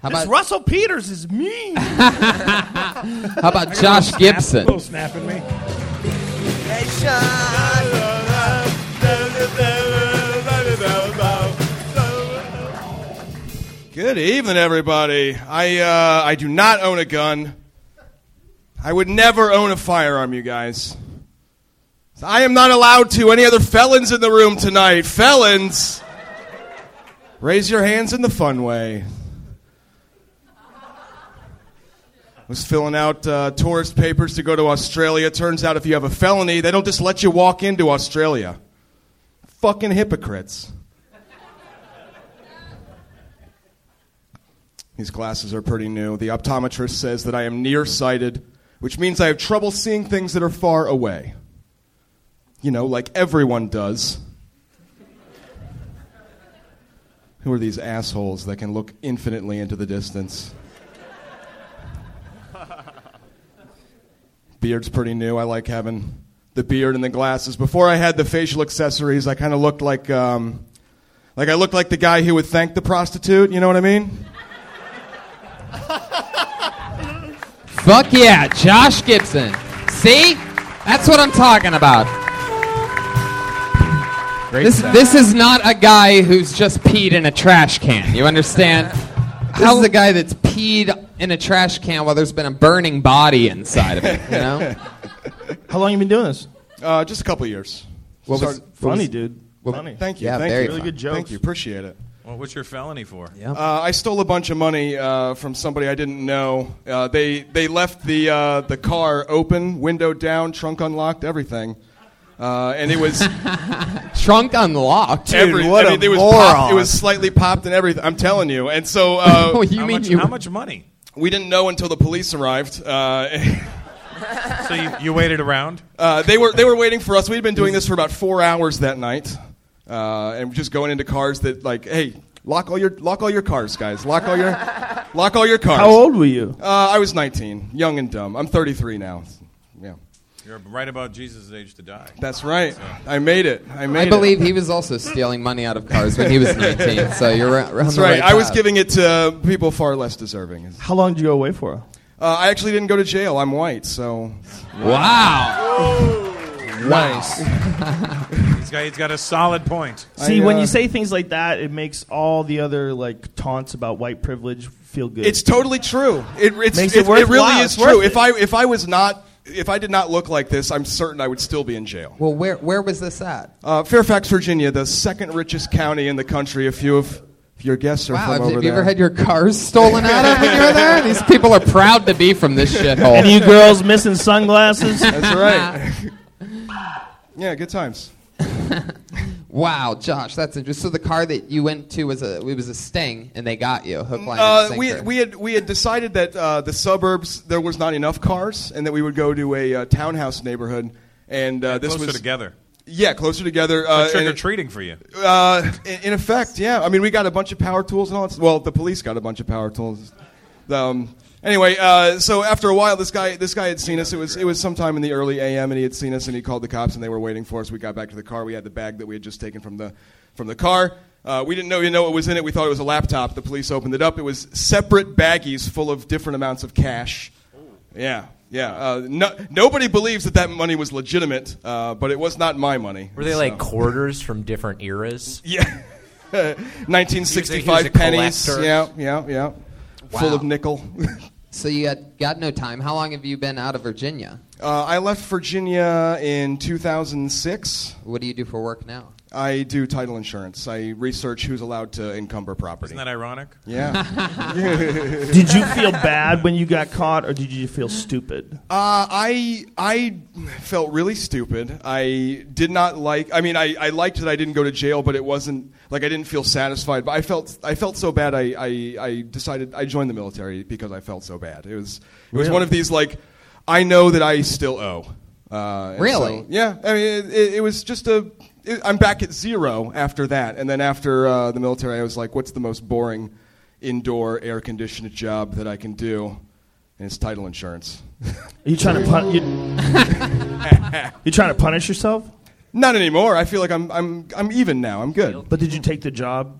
How
this
about-
Russell Peters is mean.
How about Josh Gibson?
snapping me.
Hey, Sean.
Good evening, everybody. I uh, I do not own a gun. I would never own a firearm, you guys. So I am not allowed to. Any other felons in the room tonight? Felons, raise your hands in the fun way. was filling out uh, tourist papers to go to Australia. Turns out if you have a felony, they don't just let you walk into Australia. Fucking hypocrites. These glasses are pretty new. The optometrist says that I am nearsighted, which means I have trouble seeing things that are far away. You know, like everyone does. Who are these assholes that can look infinitely into the distance? Beard's pretty new. I like having the beard and the glasses. Before I had the facial accessories, I kind of looked like, um, like I looked like the guy who would thank the prostitute. You know what I mean?
Fuck yeah, Josh Gibson. See? That's what I'm talking about. this,
stuff.
this is not a guy who's just peed in a trash can. You understand? this is a guy that's peed in a trash can while there's been a burning body inside of it. You know?
How long you been doing this?
Uh, just a couple years.
What was-
Started-
what Funny, was- dude.
Well,
Funny.
Thank you.
Yeah,
thank
very
you.
Really fun. good jokes.
Thank you. Appreciate it.
Well, what's your felony for?
Uh, I stole a bunch of money uh, from somebody I didn't know. Uh, they they left the uh, the car open, window down, trunk unlocked, everything, uh, and it was
Trunk unlocked.
every- I mean, it was popped- it was slightly popped and everything. I'm telling you. And so, uh,
Oh, you How mean much- you- how much
money? We didn't know until the police arrived. Uh, so you, you waited around? Uh, they were they were waiting for us. We'd been doing this for about four hours that night, uh, and just going into cars that like, hey, Lock all your lock all your cars, guys. Lock all your lock all your cars.
How old were you?
Uh, I was 19, young and dumb. I'm 33 now. Yeah,
You're right about Jesus' age to die.
that's right. I made it. I made
I
it.
believe he was also stealing money out of cars when he was 19. so you're ra- on
That's
the
right.
right
I was
path.
giving it to people far less deserving. Uh,
How long did you go away for?
I actually didn't go to jail. I'm white, so.
Wow.
nice.
he's got he's got a solid point.
See, when
uh,
you say things like that, it makes all the other like taunts about white privilege feel good.
It's totally true. It, it's,
Makes
it, it
it
really
worthwhile.
is
It's worth
true.
it.
If I if I was not if I did not look like this, I'm certain I would still be in jail.
Well, where where was this at?
Uh, Fairfax, Virginia, the second richest county in the country. A few of your guests are
Wow,
from
have,
over
you- have you
there.
ever had your cars stolen out of when you were there? These people are proud to be from this shithole.
And you girls missing sunglasses?
That's right. yeah, good times.
Wow, Josh, that's interesting. So the car that you went to was a it was a sting, and they got you hook, line, and
Uh,
sinker.
we, we, had, we had decided that uh, the suburbs, there was not enough cars, and that we would go to a uh, townhouse neighborhood. And uh, this
closer
was
together.
Yeah, closer together.
Uh,
Uh,
trick
and
or
it-
treating for you.
Uh, in, in effect, yeah. I mean, we got a bunch of power tools and all. That, well, the police got a bunch of power tools. Um, anyway, uh, so after a while, this guy this guy had seen us. It was it was sometime in the early a.m. and he had seen us and he called the cops and they were waiting for us. We got back to the car. We had the bag that we had just taken from the from the car. Uh, we didn't know, you know what was in it. We thought it was a laptop. The police opened it up. It was separate baggies full of different amounts of cash. Yeah, yeah. Uh, no, nobody believes that that money was legitimate, uh, but it was not my money.
Were they like quarters from different eras?
Yeah.
He was a- he was a
1965 pennies.
collector.
Yeah, yeah, yeah. Full
Wow.
of nickel.
so you got got no time. How long have you been out of Virginia?
Uh, I left Virginia in 2006.
What do you do for work now?
I do title insurance. I research who's allowed to encumber property.
Isn't that ironic?
Yeah.
did you feel bad when you got caught, or did you feel stupid?
Uh, I I felt really stupid. I did not like. I mean, I, I liked that I didn't go to jail, but it wasn't like I didn't feel satisfied. But I felt I felt so bad. I I, I decided I joined the military because I felt so bad. It was it was
Really?
one of these like I know that I still owe. Uh, and
Really?
so- yeah. I mean, it, it, it was just a. It, I'm back at zero after that, and then after uh, the military, I was like, "What's the most boring indoor air conditioned job that I can do?" And it's title insurance.
Are you trying to pun- you, you trying to punish yourself?
Not anymore. I feel like I'm I'm I'm even now. I'm good.
But did you take the job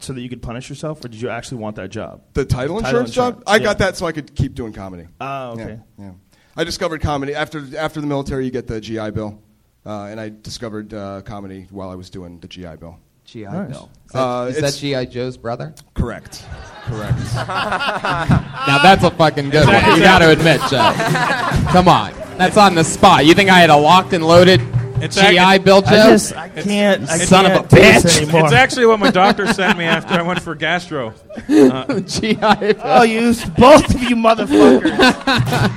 so that you could punish yourself, or did you actually want that job?
The title insurance Ah, job. I got that so I could keep doing comedy.
Oh, okay.
Yeah, yeah. I discovered comedy after after the military. You get the GI Bill, uh, and I discovered uh, comedy while I was doing the GI Bill.
GI
Nice.
Bill. Is that,
Uh,
is
it's-
that GI Joe's brother?
Correct. Correct.
Now that's a fucking good one. You got to admit, Joe. Come on, that's on the spot. You think I had a locked and loaded
It's
GI
act-
Bill, Joe?
I just- I It's-
can't- I
Son
can't
of a
do
bitch.
this anymore.
It's actually what my doctor sent me after I went for gastro. Uh,
Oh, you both of you motherfuckers!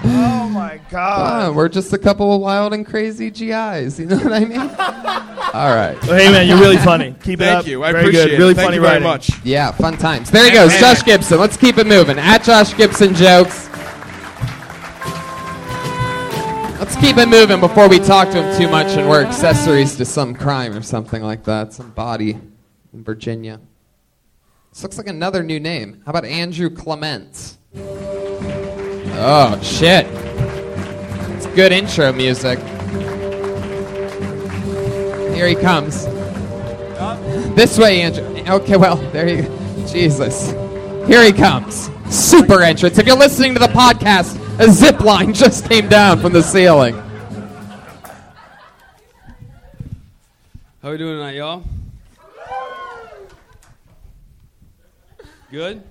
oh my god!
Ah, we're just a couple of wild and crazy GIs. You know what I mean? All right.
Well, hey, man, you're really funny. Keep it
Thank
up.
you. I
Very
appreciate
good.
it.
Really
Thank
funny
you very
writing.
much.
Yeah, fun times. There he goes, Josh Gibson. Let's keep it moving. At Josh Gibson jokes. Let's keep it moving before we talk to him too much and we're accessories to some crime or something like that. Some body in Virginia. This looks like another new name. How about Andrew Clements? Oh, shit. It's good intro music. Here he comes. This way, Andrew. Okay, well, there you go. Jesus. Here he comes. Super entrance. If you're listening to the podcast, a zip line just came down from the ceiling.
How we doing tonight, y'all?
Good.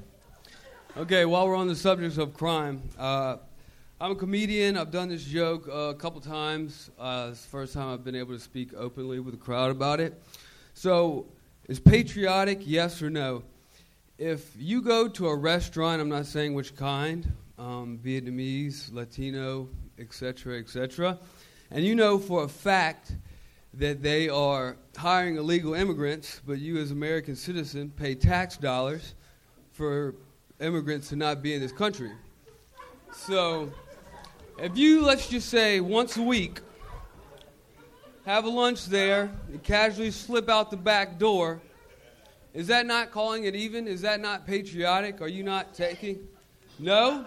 Okay, while we're on the subject of crime, uh, I'm a comedian. I've done this joke uh, a couple times. Uh, it's the first time I've been able to speak openly with a crowd about it. So, is patriotic yes or no? If you go to a restaurant, I'm not saying which kind, um, Vietnamese, Latino, etc., etc., and you know for a fact that they are hiring illegal immigrants, but you as American citizen pay tax dollars for immigrants to not be in this country. So, if you let's just say once a week have a lunch there and casually slip out the back door Is that not calling it even? Is that not patriotic? Are you not taking? No.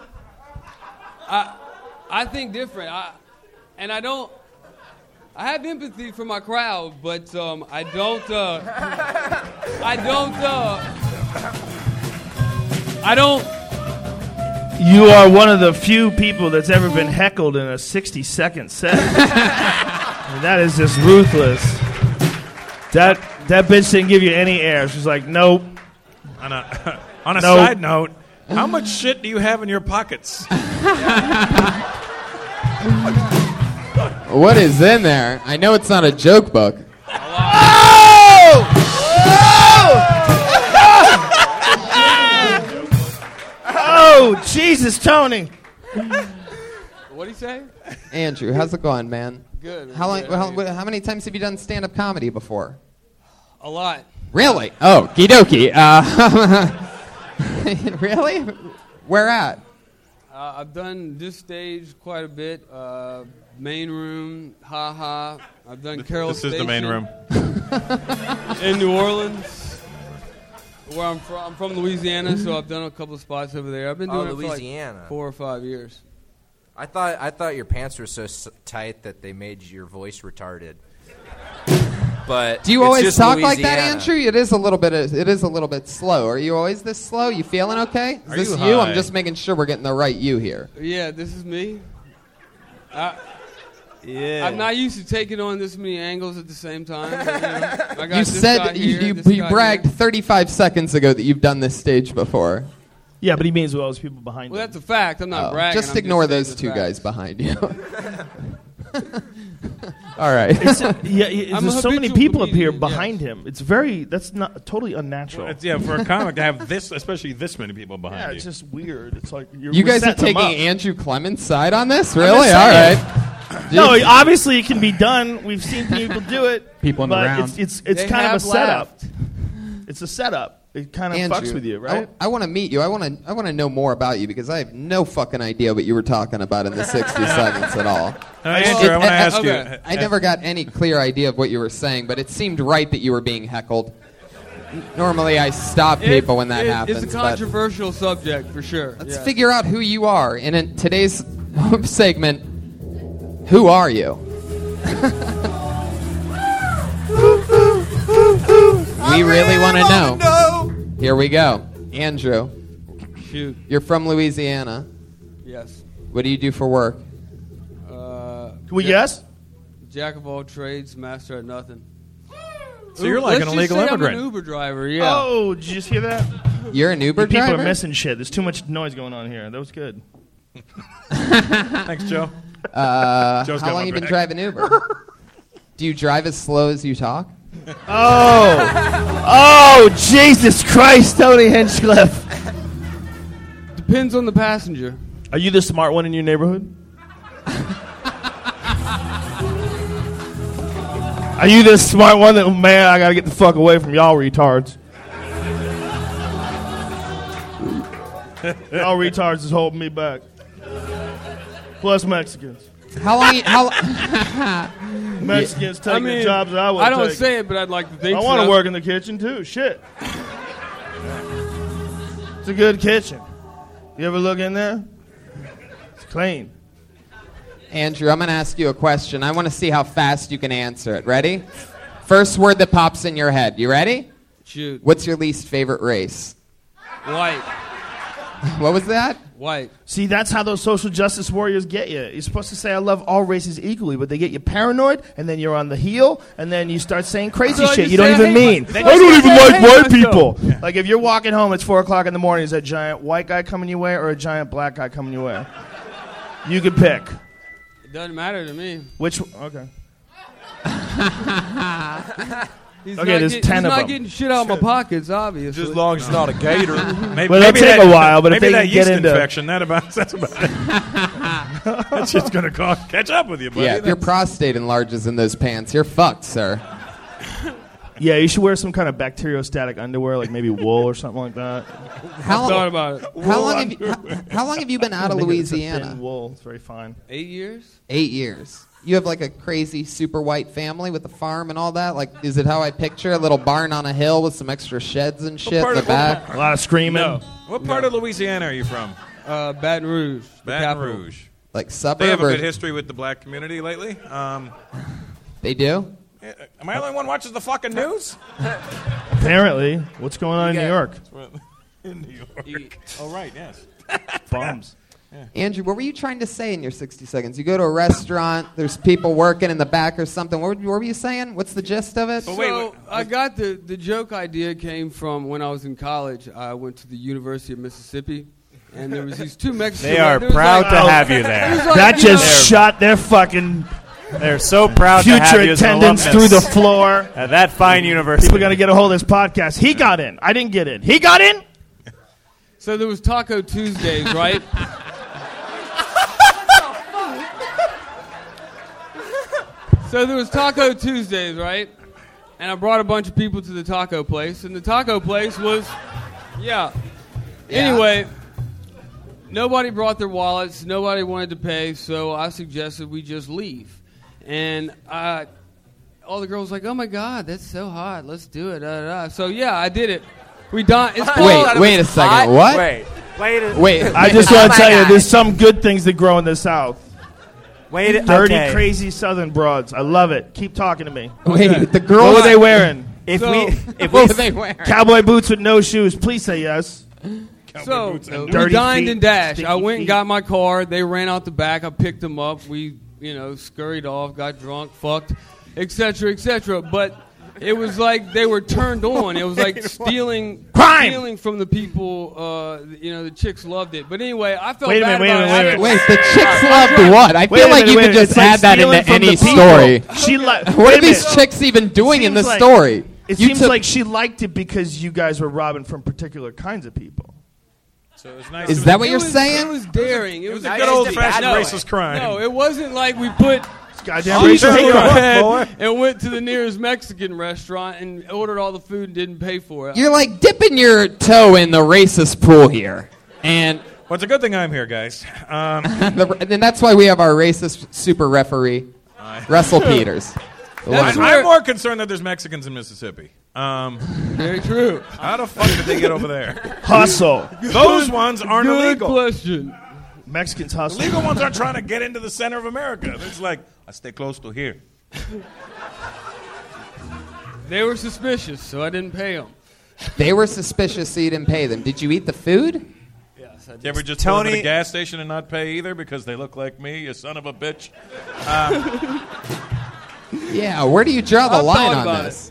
I, I think different. I, and I don't. I have empathy for my crowd, but um, I don't. Uh, I don't. Uh, I don't.
You are one of the few people that's ever been heckled in a 60 second set. And that is just ruthless. That that bitch didn't give you any air. She's like, nope.
On a, on a
Nope.
side note, how much shit do you have in your pockets?
What is in there? I know it's not a joke book. Oh!
Oh, Jesus, Tony.
What do you say?
Andrew, how's it going, man?
Good,
How long?
good.
How, how many times have you done stand-up comedy before?
A lot.
Really? Oh, Gidoki. Uh, really? Where at?
Uh, I've done this stage quite a bit. Uh, main room, ha ha. I've done Carol.
this is the main
Station
room.
in New Orleans, where I'm from. I'm from Louisiana, so I've done a couple of spots over there. I've been
Oh,
doing it for like
Louisiana.
four or five years.
I thought I thought your pants were so s- tight that they made your voice retarded. But
Do you
it's
always
just
talk like that,
Louisiana.
Andrew? It is a little bit. It is a little bit slow. Are you always this slow? You feeling okay? Is
Are
this
you
you?
high?
I'm just making sure we're getting the right you here.
Yeah, this is me. I,
Yeah.
I'm not used to taking on this many angles at the same time. but, you know, I got
You
this
said
guy
that you,
here,
you,
this
you
guy
bragged 35 seconds ago that you've done this stage before.
Yeah, but he means well as people behind
Well, that's a fact. I'm not
Oh,
bragging.
just
I'm
ignore
saying
those
the
two
fact.
guys behind you. All right.
It's- yeah, yeah,
I'm a
there's so many
habitual
people up here behind him. It's very, that's not totally unnatural.
It's- yeah, for a comic to have this, especially this many people behind
Yeah,
you.
it's just weird. It's like you're,
You
we're
guys are
setting him
taking
up.
Andrew Clements' side on this?
I'm
Really?
just
All
saying.
right.
No,
Jeez.
obviously it can be done. We've seen people do it.
People in the
but
round.
It's it's, it's
They
kind of a
have
setup. It's a setup. It kind of
Andrew, Oh.
fucks with you, right?
I, want to meet you. I want to. I want to know more about you because I have no fucking idea what you were talking about in the 60 seconds at all.
Uh, Andrew, I wanna ask you- Okay.
I never got any clear idea of what you were saying, but it seemed right that you were being heckled. N- Normally, I stop
It-
people when that
it-
happens.
It's a
but
controversial subject for sure.
let's figure out who you are. And in today's segment, who are you? we really want to know. Here we go, Andrew.
Shoot.
You're from Louisiana.
Yes.
What do you do for work?
Uh,
Can we
ja-
guess?
Jack of all trades, master at nothing.
So you're like
Let's
an
just
illegal
say I'm
immigrant.
an Uber driver, yeah.
Oh, did you just hear that?
You're an Uber
You people
driver?
are missing shit. There's too much noise going on here. That was good.
Thanks, Joe.
Uh,
Joe's
how
got
long
my
you been
back.
driving Uber? do you drive as slow as you talk?
Oh, oh, Jesus Christ, Tony Hinchcliffe.
Depends on the passenger.
Are you the smart one in your neighborhood? Are you the smart one that man? I gotta get the fuck away from y'all retards. y'all retards is holding me back. Plus Mexicans.
How long? You, how
Mexicans taking
I mean,
the jobs that I would.
I don't
take.
say it, but I'd like to think
I want
so.
to work in the kitchen too. Shit. it's a good kitchen. You ever look in there? It's clean.
Andrew, I'm going to ask you a question. I want to see how fast you can answer it. Ready? First word that pops in your head. You ready?
Shoot.
What's your least favorite race?
White.
What was that?
White.
See, that's how those social justice warriors get you. You're supposed to say, I love all races equally, but they get you paranoid, and then you're on the heel, and then you start saying crazy
So
shit
you
you don't
say,
even
"I hate
mean.
my-
I
They
don't
say,
even
"I
like
hate
white
myself."
people. Like, if you're walking home, it's 4 o'clock in the morning, is a giant white guy coming your way or a giant black guy coming your way? You could pick.
It doesn't matter to me.
Which, okay.
He's
Okay,
not
there's
get-
10
he's
of
not
them.
getting shit out of my pockets, obviously. Just as
long as it's not a gator. Maybe,
Well, it'll take a while, but if
maybe
they
that
can
yeast
get into-
infection, that about that's about it. that's just gonna cause, catch up with you, buddy.
yeah, if your prostate enlarges in those pants, you're fucked, sir.
Yeah, you should wear some kind of bacteriostatic underwear, like maybe wool or something like that.
How,
thought about it.
How long, have you, how, how long have you been out of
I think it's a
Louisiana?
thin wool. It's very fine.
Eight years?
Eight years. you have like a crazy super white family with a farm and all that? Like, is it how I picture a little barn on a hill with some extra sheds and shit in
part
the
of-
back?
A lot of screaming.
No. What part of Louisiana are you from?
Uh, Baton Rouge.
Baton Rouge.
Like
They have
suburb.
a
or-
good history with the black community lately. Um,
They do.
eh, am I the only one watches the fucking news?
Apparently, what's going on in New York?
in New York. Oh right, yes.
Bums.
Andrew, what were you trying to say in your 60 seconds? You go to a restaurant, there's people working in the back or something. What, were- what were you saying? What's the gist of it?
so I got the, the joke idea came from when I was in college. I went to the University of Mississippi, and there was Oh. these two Mexicans.
They are proud to have you there. That just shot their fucking.
They're so proud
future
to have you as an
attendance through
alumnus.
the floor.
At that fine university.
People are gonna get a hold of this podcast. He got in. I didn't get in. He got in.
So there was Taco Tuesdays, right? so there was Taco Tuesdays, right? And I brought a bunch of people to the taco place, and the taco place was, yeah. Anyway, nobody brought their wallets. Nobody wanted to pay, so I suggested we just leave. And I, all the girls like, oh my god, that's so hot. Let's do it. Da, da, da. So yeah, I did it. We done. It's
Wait, wait a second. What?
Wait. a-
Oh
I just want to tell you, there's some good things that grow in the South.
Wait. a-
Dirty,
okay.
crazy Southern broads. I love it. Keep talking to me.
Wait, Okay. the girl-
girls. What were they wearing?
If So- we- if
What we- were they wearing?
Cowboy boots with no shoes. Please say yes.
So we
dirty
dined
feet,
and dashed. I
sticky
went and
feet.
got my car. They ran out the back. I picked them up. We, you know, scurried off, got drunk, fucked, etc., etc. But it was like they were turned on. It was like stealing,
Crime!
stealing from the people. Uh, you know, the chicks loved it. But anyway, I felt
Wait a
bad
minute, wait a
about
minute, wait a
it.
minute.
I-
Wait,
I
the
tried-
chicks
I
loved
tried-
what? I Wait feel a like minute, you wait a
could
minute.
just
It's like
add that
stealing
into
from
any
the people.
story.
She li-
What
wait
are
a
these
minute.
chicks even doing in
Seems
this
like-
story?
It
You
seems
took-
like she liked it because you guys were robbing from particular kinds of people.
So it was nice.
Is
It was-
that what you're
it was-
saying?
It was daring. It was,
a good old-fashioned racist crime.
No, it wasn't like we put
goddamn
cheese
racist
on
crime,
our head
boy.
and went to the nearest Mexican restaurant and ordered all the food and didn't pay for it.
You're like dipping your toe in the racist pool here. And
Well, it's a good thing I'm here, guys. Um,
the, and that's why we have our racist super referee,
I-
Russell Peters. The
I-
one-
I'm more concerned that there's Mexicans in Mississippi. Um,
Very true.
How the fuck did they get over there?
Hustle.
Those ones aren't
Good
illegal.
question.
Mexicans hustle.
Illegal ones aren't trying to get into the center of America. It's like I stay close to here.
They were suspicious, so I didn't pay them.
They were suspicious, so you didn't pay them. Did you eat the food?
You ever just
Tony-
Tony, to the gas station and not pay either because they look like me, you son of a bitch? Um,
Yeah, where do you draw the
I've
line
thought
on
about
this?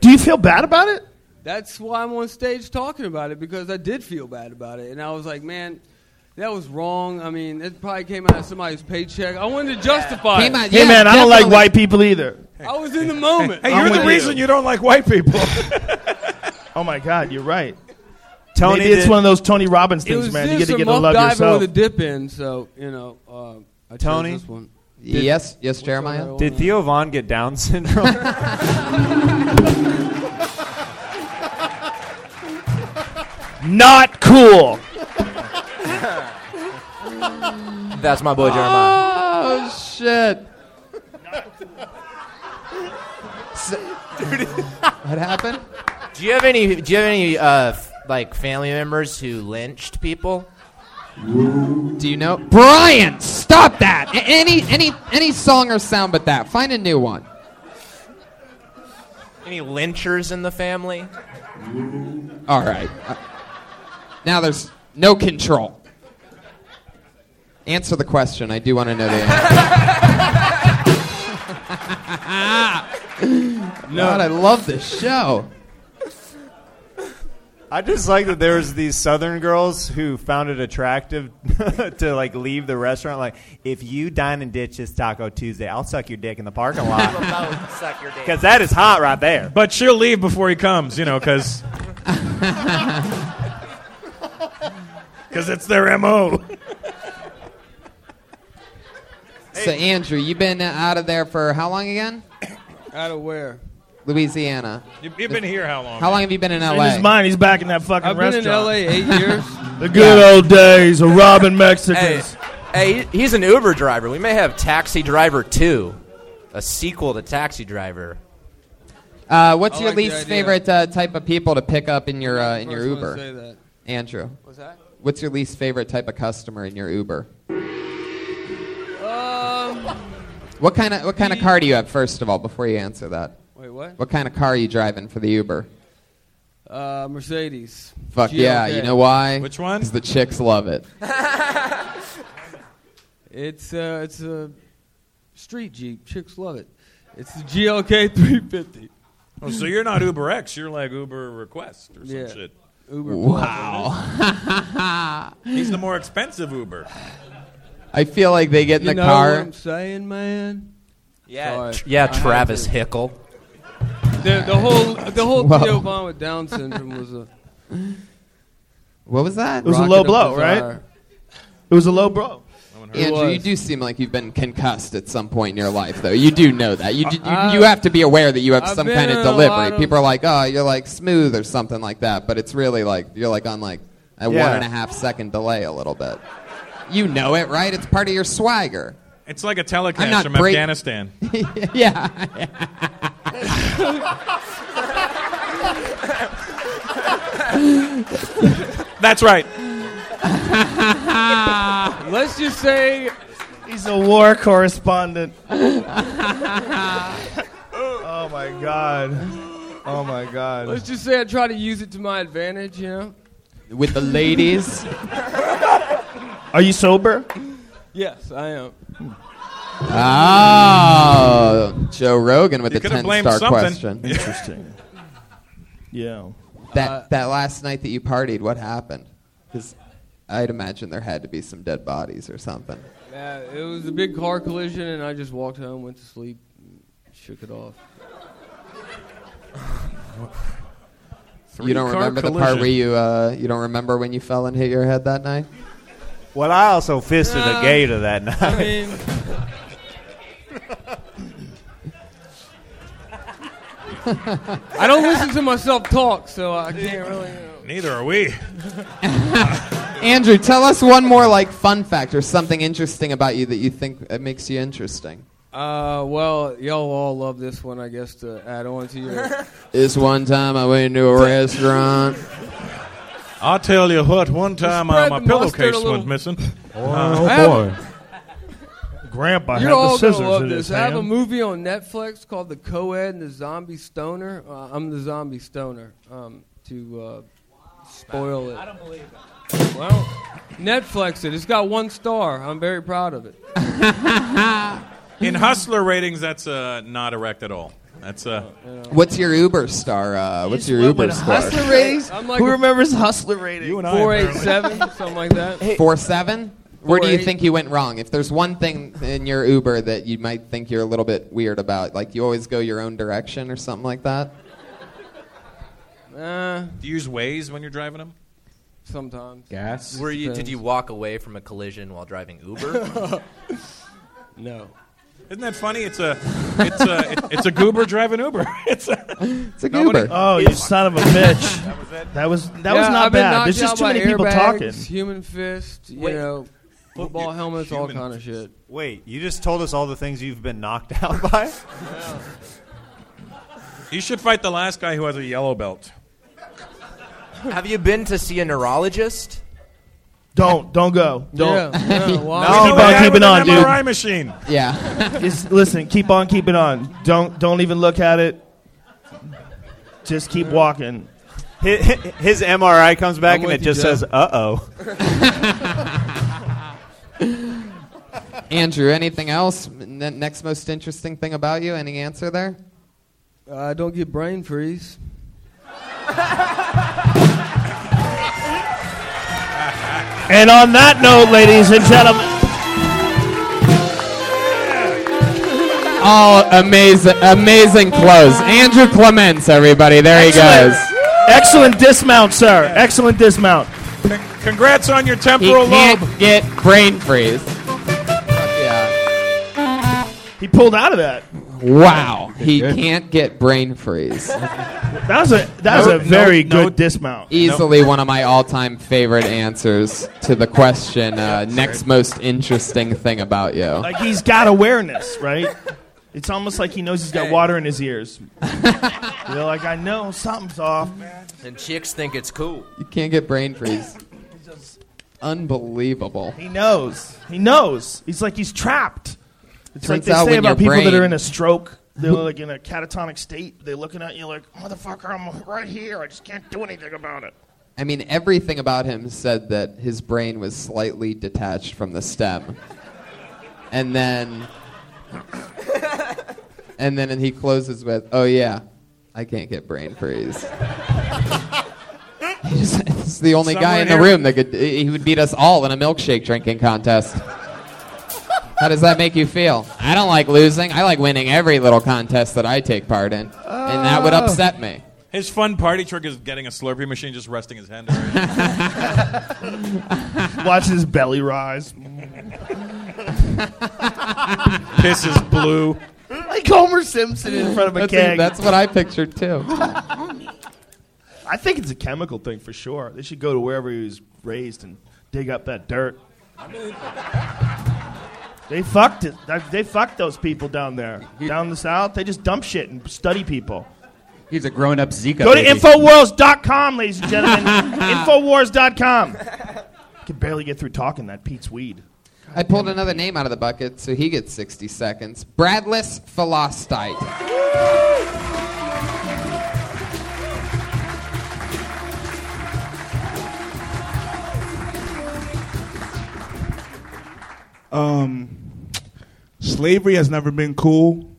Do you feel bad about it?
That's why I'm on stage talking about it because I did feel bad about it, and I was like, man. That was wrong. I mean, it probably came out of somebody's paycheck. I wanted to justify. it.
hey man, I don't like white people either.
I was in the moment.
Hey, you're the reason
you don't like white people.
oh my God, you're right.
Tony
Maybe it's
did-
one of those Tony Robbins
It
things,
was
man. You
this
get to
or
get to
Muff
love
Diver
yourself.
with a dip in. So you know, uh, I chose
Tony?
this one.
Did-
yes, yes, Jeremiah.
Did Theo Vaughn get Down syndrome?
Not cool.
That's my boy Jeremiah.
Oh shit! what happened?
Do you have any? Do you have any uh, f- like family members who lynched people?
Do you know Brian? Stop that! A- Any any any song or sound but that. Find a new one.
Any lynchers in the family?
All right. Uh, now there's no control. Answer the question. I do want to know the answer.
No.
God, I love this show.
I just like that there was these Southern girls who found it attractive to like leave the restaurant. Like, if you dine and ditch this Taco Tuesday, I'll suck your dick in the parking lot because that is hot right there.
but she'll leave before he comes, you know, because it's their mo.
So Andrew, you've been out of there for how long again?
Out of where?
Louisiana.
You- You've been here
Oh,
how long?
How long have you been in
In
LA?
his mind, he's back in that fucking
I've been in
restaurant.
LA eight years.
The good old days of robbing Mexicans.
Hey, he- he's an Uber driver. We may have Taxi Driver 2, a sequel to Taxi Driver.
Uh, what's
I
your
like the
least
idea.
favorite uh, type of people to pick up in your uh, in your
first one to
Uber?
say that.
Andrew.
What's that?
What's your least favorite type of customer in your Uber?
Um,
What kind of what kind of car do you have first of all before you answer that?
Wait, what?
What kind of car are you driving for the Uber?
uh, Mercedes.
Fuck yeah,
GLK.
you know why? Which one? Because the chicks love it.
It's uh, it's a street jeep. Chicks love it. It's the GLK 350.
Oh, so you're not Uber X. You're like Uber Request or some
Yeah.
shit.
Uber
Wow.
He's the more expensive Uber.
I feel like they get in
you
the
know
car.
What I'm saying, man.
Yeah,
Sorry.
yeah
I had
Travis
to.
Hickle.
The, the whole the whole
Whoa.
Theo Vaughn with Down syndrome was a
What was that?
It was a Rocket low of blow,
right? desire. It was a low blow.
Andrew, you do seem like you've been concussed at some point in your life, though. You do know that. You d-
I-
you, you have to be aware that you have
I've
some
been
kind
in
of
a
delivery.
lot of-
People are like, oh, you're like smooth or something like that, but it's really like you're like on like a
Yeah.
one and a half second delay a little bit. You know it, right? It's part of your swagger.
It's like a
I'm
telecash
not
from
break-
Afghanistan. That's right.
Let's just say
he's a war correspondent.
oh
my god. Oh my god.
Let's just say I try to use it to my advantage, you know.
With the ladies.
Are you sober?
Yes, I am. Mm.
Oh, Joe Rogan with
You
the
could've
ten
blamed
star
something.
question.
Interesting.
Yeah.
That
Uh,
that last night that you partied, what happened? Because I'd imagine there had to be some dead bodies or something.
Uh, it was a big car collision, and I just walked home, went to sleep, shook it off.
you don't remember the part where you uh, you don't remember when you fell and hit your head that night?
Well, I also fisted a
Uh,
gator that night.
I mean, I don't listen to myself talk, so I can't really.
Neither are we.
Andrew, tell us one more like fun fact or something interesting about you that you think uh, makes you interesting.
Uh, well, y'all all love this one, I guess, to add on to your.
This one time I went into a restaurant.
I'll tell you what. One time, uh,
Spread
my
the mustard a
pillowcase
little.
went missing.
Oh,
Uh,
Grandpa
You're
had the
all
scissors
gonna love
in
this.
his
I have a
hand.
movie on Netflix called The Co-Ed and the Zombie Stoner. Uh, I'm the Zombie Stoner. Um, to uh, spoil it. I don't believe it. Well, Netflix it. It's got one star. I'm very proud of it.
In hustler ratings, that's uh, not erect at all. That's uh,
What's your Uber star? Uh, what's your Uber star?
Hustler ratings?
I'm like
Who
a-
remembers Hustler ratings?
You and I, 487, apparently. something like that. Hey.
Four seven. Where do you
Four eight.
think you went wrong? If there's one thing in your Uber that you might think you're a little bit weird about, like you always go your own direction or something like that.
Uh,
do you use Waze when you're driving them?
Sometimes.
Were you? Did you walk away from a collision while driving Uber?
no.
Isn't that funny? It's a, it's a, it- it's a goober driving Uber. It's a,
it's a
goober. Oh, you son of a bitch. That was it? That was- that was
Yeah,
not
I've been
bad.
knocked
There's just
out
too
by
many people
airbags,
talking.
Human fist. You
Wait.
know, football helmets, all kind of shit.
Wait, you just told us all the things you've been knocked out by?
You should fight the last guy who has a yellow belt.
Have you been to see a neurologist?
Don't don't go. Don't.
Yeah, yeah, why?
Keep
No,
on
I
keeping
have
on,
an
dude.
MRI machine.
Yeah.
Just listen. Keep on keeping on. Don't don't even look at it. Just keep walking.
His, his MRI comes back
I'm
and
with
it
you,
just
Joe.
says, "Uh oh."
Andrew, anything else? N- next most interesting thing about you? Any answer there?
Uh, don't get brain freeze.
And on that note, ladies and gentlemen.
All amazing, amazing clothes. Andrew Clements, everybody. There
Excellent.
he goes.
Excellent dismount, sir. Excellent dismount.
Congrats on your
He
temporal
can't
lobe.
get brain freeze.
He pulled out of that.
Wow, he
Good.
can't get brain freeze.
That was a that was
No-
a very
no- no-
good dismount.
Easily one of my all-time favorite answers to the question. Uh, next most interesting thing about you.
Like he's got awareness, right? It's almost like he knows he's got water in his ears. You're like, I know something's off, man.
And chicks think it's cool.
You can't get brain freeze. Unbelievable.
He knows. He knows. He's like he's trapped. It's
Turns
like they
out
say
when
about
your
people that are
brain-
in a stroke. They're like in a catatonic state. They're looking at you like, motherfucker, I'm right here. I just can't do anything about it.
I mean, everything about him said that his brain was slightly detached from the stem. And then. And then he closes with, oh yeah, I can't get brain freeze. He's the only guy
Somewhere
in the
here-
room that could. He would beat us all in a milkshake drinking contest. How does that make you feel? I don't like losing. I like winning every little contest that I take part in. And that would upset me.
His fun party trick is getting a Slurpee machine, just resting his hand.
Watch his belly rise.
Pisses blue.
like Homer Simpson in front of a
That's a-
keg.
that's what I pictured too.
I think it's a chemical thing for sure. They should go to wherever he was raised and dig up that dirt. They fucked it. That- They fucked those people down there, down the south. They just dump shit and study people.
He's a grown up Zika.
Go to
baby.
Infowars.com, ladies and gentlemen. Infowars.com. Can barely get through talking that Pete's weed.
I pulled another name out of the bucket, so he gets 60 seconds. Bradless Philostite.
Um, slavery has never been cool.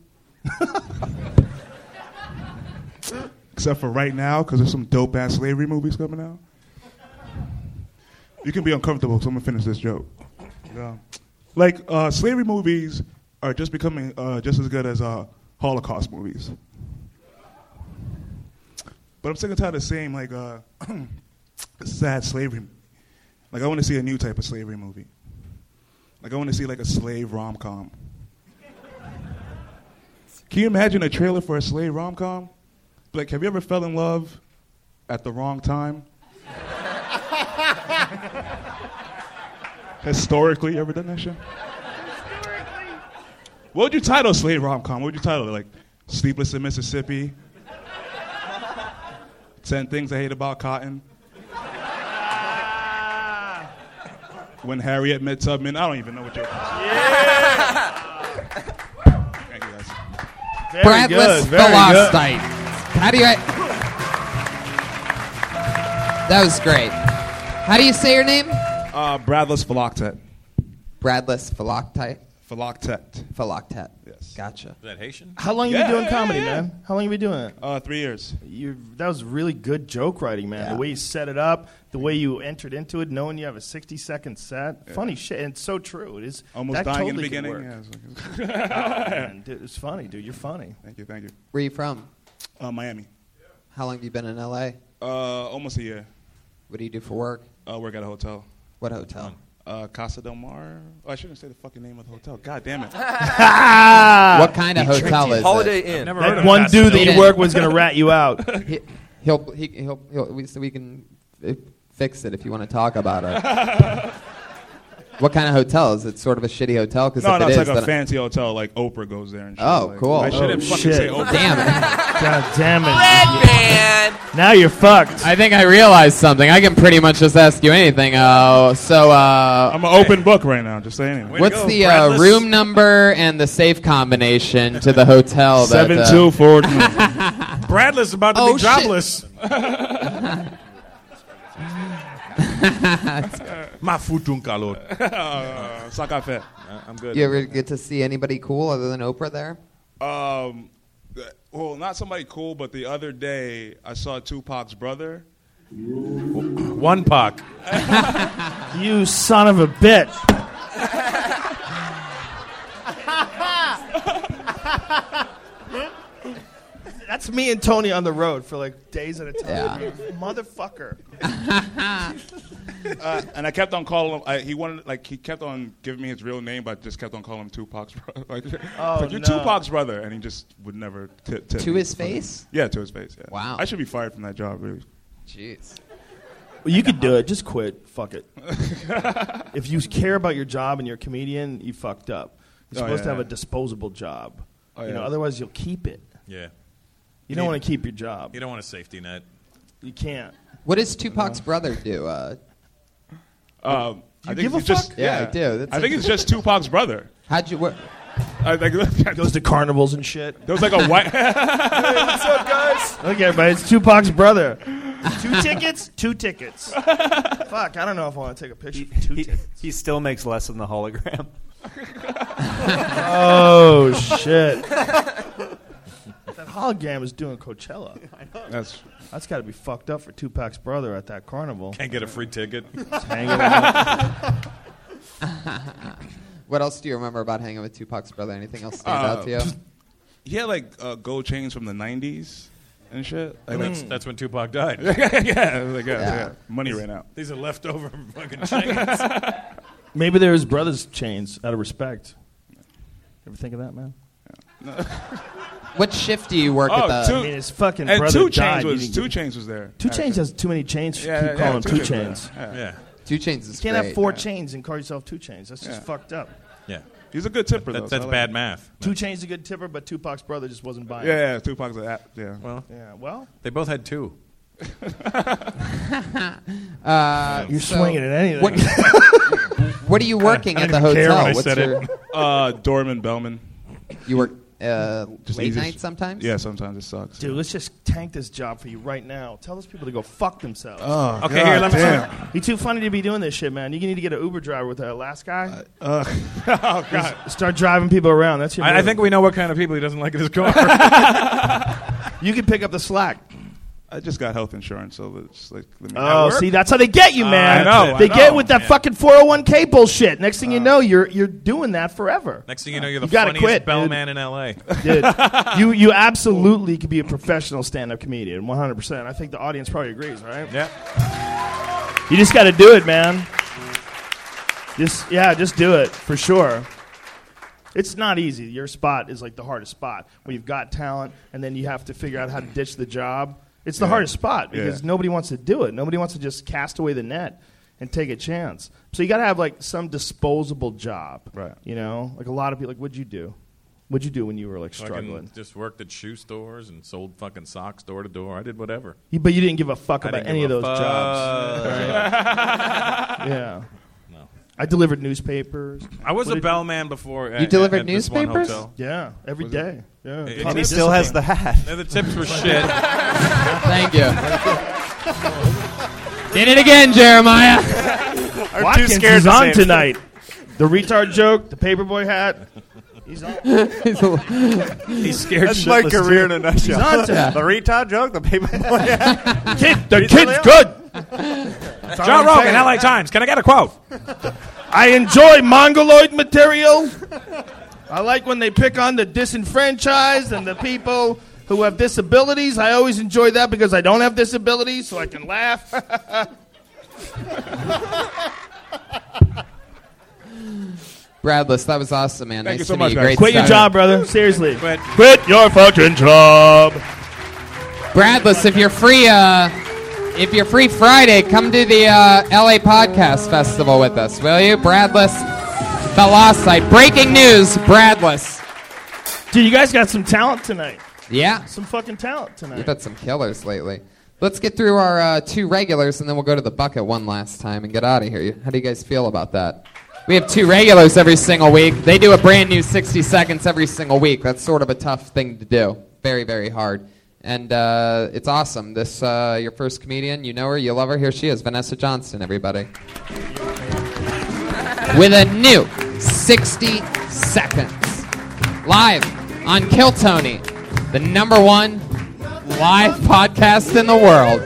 Except for right now, because there's some dope ass slavery movies coming out. You can be uncomfortable, so I'm gonna finish this joke. Yeah. Like, uh, slavery movies are just becoming uh, just as good as uh, Holocaust movies. But I'm sick and tired of seeing, like, uh, sad slavery. Like, I wanna see a new type of slavery movie. Like I want to see like a slave rom com. Can you imagine a trailer for a slave rom com? Like, have you ever fell in love at the wrong time? Historically, you ever done that shit? What would you title a slave rom com? What would you title it? Like, Sleepless in Mississippi? 10 Things I Hate About Cotton? When Harriet Met Tubman? I don't even know what you're. Thank you, guys. Very
Bradless
good, very good.
Philostite. How do you. That was great. How do you say your name?
Uh, Bradless Philoctet.
Bradless Philoctite.
Philoctet.
Philoctet. Yes. Gotcha.
Is that Haitian?
How long you
Yeah,
been doing
yeah,
comedy,
yeah, yeah.
man? How long you been doing it?
Uh, three years.
You, that was really good joke writing, man. The way you set it up, the way you entered into it, knowing you have a sixty-second set. Funny shit, and it's so true. It is
Almost
that
dying in
totally
the
could
beginning.
work.
Yeah, it's like-
Oh, man, dude, it's funny, dude. You're funny.
Thank you, thank you.
Where you from?
Uh, Miami.
How long have you been in LA?
Uh, almost a year.
What do you do for work?
I work at a hotel.
What hotel?
Uh, Casa Del Mar. Oh, I shouldn't say the fucking name of the hotel. God damn it.
Ah!
What kind of hotel is it?
that one dude that you work with is gonna rat you out.
He, he'll, he, he'll, he'll, we, so we can uh, fix it if you want to talk about it. what kind of hotel is it? Sort of a shitty hotel because
No,
if
no,
it
it's
is,
like a
then
fancy hotel. Like Oprah goes there and shit.
Oh,
Like,
cool.
I shouldn't
Oh,
fucking
shit.
say Oprah.
Damn
God damn it.
Now
you're fucked.
I think I realized something. I can pretty much just ask you anything. Uh, so uh,
I'm an open book right now. Just say anything.
What's the uh, room number and the safe combination to the hotel? That,
Seven
uh,
two four.
Bradless about to
Oh,
be
shit.
jobless.
My food un calor. Saca fe.
I'm good.
You ever get to see anybody cool other than Oprah there?
Um, th- well, not somebody cool, but the other day I saw Tupac's brother.
One puck.
you son of a bitch. That's me and Tony on the road for like days at a time.
Yeah.
Motherfucker.
uh,
That's
and I kept on calling him. I, he wanted, like, he kept on giving me his real name, but I just kept on calling him Tupac's brother. like,
Oh,
like, you're
no.
Tupac's brother, and he just would never. T- tip
To
me.
his face?
Yeah, to his face. Yeah.
Wow.
I should be fired from that job, really.
Jeez.
Well, you could do it. Just quit. Fuck it. if you care about your job and you're a comedian, you fucked up. You're
Oh,
supposed to
yeah,
have a
yeah.
disposable job.
Oh,
you know,
yeah.
otherwise you'll keep it.
Yeah.
You don't want to keep your job.
You don't want a safety net.
You can't.
What does Tupac's brother do? Uh,
Uh-huh. Um,
You
I think
give a
it's just,
fuck? Yeah, I do. That's
I think
it.
it's just Tupac's brother.
How'd you? What?
I think
goes to carnivals and shit.
There was like a white.
what's up, guys? Okay, but it's Tupac's brother. two tickets. Two tickets. Fuck. I don't know if I want to take a picture. for two tickets.
He still makes less than the hologram.
Oh shit. That hologram is doing Coachella.
That's
that's got to be fucked up for Tupac's brother at that carnival.
Can't get a free ticket.
Just hanging out.
what else do you remember about hanging with Tupac's brother? Anything else stand out to you?
Uh, He had like uh, gold chains from the '90s and shit. Like,
Mm.
That's, that's when Tupac died.
yeah, yeah, like, yeah, yeah. Money ran out.
These are leftover fucking chains.
Maybe they're his brother's chains out of respect. Ever think of that, man?
what shift do you work
Oh,
at the?
two-
I mean, his fucking
and
brother
Two Chainz
died, you
was-
didn't
Two
get-
Chainz was there.
Two chains has too many chains. to
Yeah,
keep
yeah,
calling
Two
them two
Chainz,
chains.
yeah. Yeah.
Two chains is
You can't
great,
have four
yeah.
chains and call yourself two chains. That's just
Yeah.
fucked up.
yeah.
He's a good tipper,
That-
though.
that's
so I
bad
him.
math.
Two chains is a good tipper, but Tupac's brother just wasn't buying. it.
Yeah, yeah, Tupac's a app. Yeah.
Well,
Yeah, well.
they both had two.
Uh,
You're
so-
swinging at anything.
What, what are you working
I
at the
don't even care
hotel?
when I
What's
said
your,
it.
Uh, Dorman Bellman.
You work uh,
Just
late
easy-
night sometimes?
Yeah, sometimes it sucks.
Dude, let's just tank this job for you right now. Tell those people to go fuck themselves.
Oh, Okay, God here, let me- damn.
You're too funny to be doing this shit, man. You need to get an Uber driver with that last guy.
Uh, oh God.
Start driving people around. That's your.
I, I
move.
think we know what kind of people he doesn't like in his car.
you can pick up the slack.
I just got health insurance, so it's like. Let me
Oh, see, that's how they get you,
Uh,
man.
I know, I
They get
know. Uh.
with that fucking 401k bullshit. Next thing you know, you're you're doing that forever.
Next thing you know, you're the
You gotta
funniest
quit, dude.
bellman in L.A.
Dude, you you absolutely could be a professional stand-up comedian, 100%. I think the audience probably agrees, right?
Yeah.
You just got to do it, man. Just yeah, just do it for sure. It's not easy. Your spot is like the hardest spot when you've got talent, and then you have to figure out how to ditch the job. It's the
Yeah.
hardest spot because
Yeah.
nobody wants to do it. Nobody wants to just cast away the net and take a chance. So you got to have like some disposable job, right? You know, like a lot of people. Like, what'd you do? What'd you do when you were like
Fucking
struggling?
just worked at shoe stores and sold fucking socks door to door. I did whatever.
You- But you didn't give a fuck
I
about
didn't
any
give
of
a
those jobs.
fuck.
Right. yeah.
No.
I delivered newspapers.
I was
What
a
did-
bellman before. at-
You delivered
at this one
newspapers?
hotel.
Yeah, every
Was
day. Yeah.
It-
Taught me
it-
still has the hat.
Yeah, the tips were shit.
Thank you. Did it again, Jeremiah.
I'm too
Watkins
scared
is
to say
on
it.
tonight. The retard joke, the paperboy hat. He's on.
He's scared
That's my
shitless,
career
too.
in a nutshell.
He's on to that.
the retard joke, the paper.
Kid,
the kid's
good.
John Rogan, LA Times. Can I get a quote?
I enjoy mongoloid material. I like when they pick on the disenfranchised and the people who have disabilities. I always enjoy that because I don't have disabilities, so I can laugh.
Bradless, that was awesome, man.
Thank
nice
you so
to
much,
meet you.
guys.
Great
Quit your
stuff.
job, brother. Seriously. Quit. your fucking job.
Bradless, if you're free, uh, if you're free Friday, come to the uh, LA Podcast Festival with us, will you? Bradless, the Lost Site. Breaking news, Bradless.
Dude, you guys got some talent tonight.
Yeah,
Some fucking talent
we've
tonight.
had some killers lately. Let's get through our uh, two regulars, and then we'll go to the bucket one last time and get out of here. How do you guys feel about that? We have two regulars every single week. They do a brand new 60 seconds every single week. That's sort of a tough thing to do. Very, very hard. And uh, it's awesome. This uh, your first comedian. You know her. You love her. Here she is, Vanessa Johnston. Everybody, with a new 60 seconds live on Kill Tony, the number one live podcast in the world.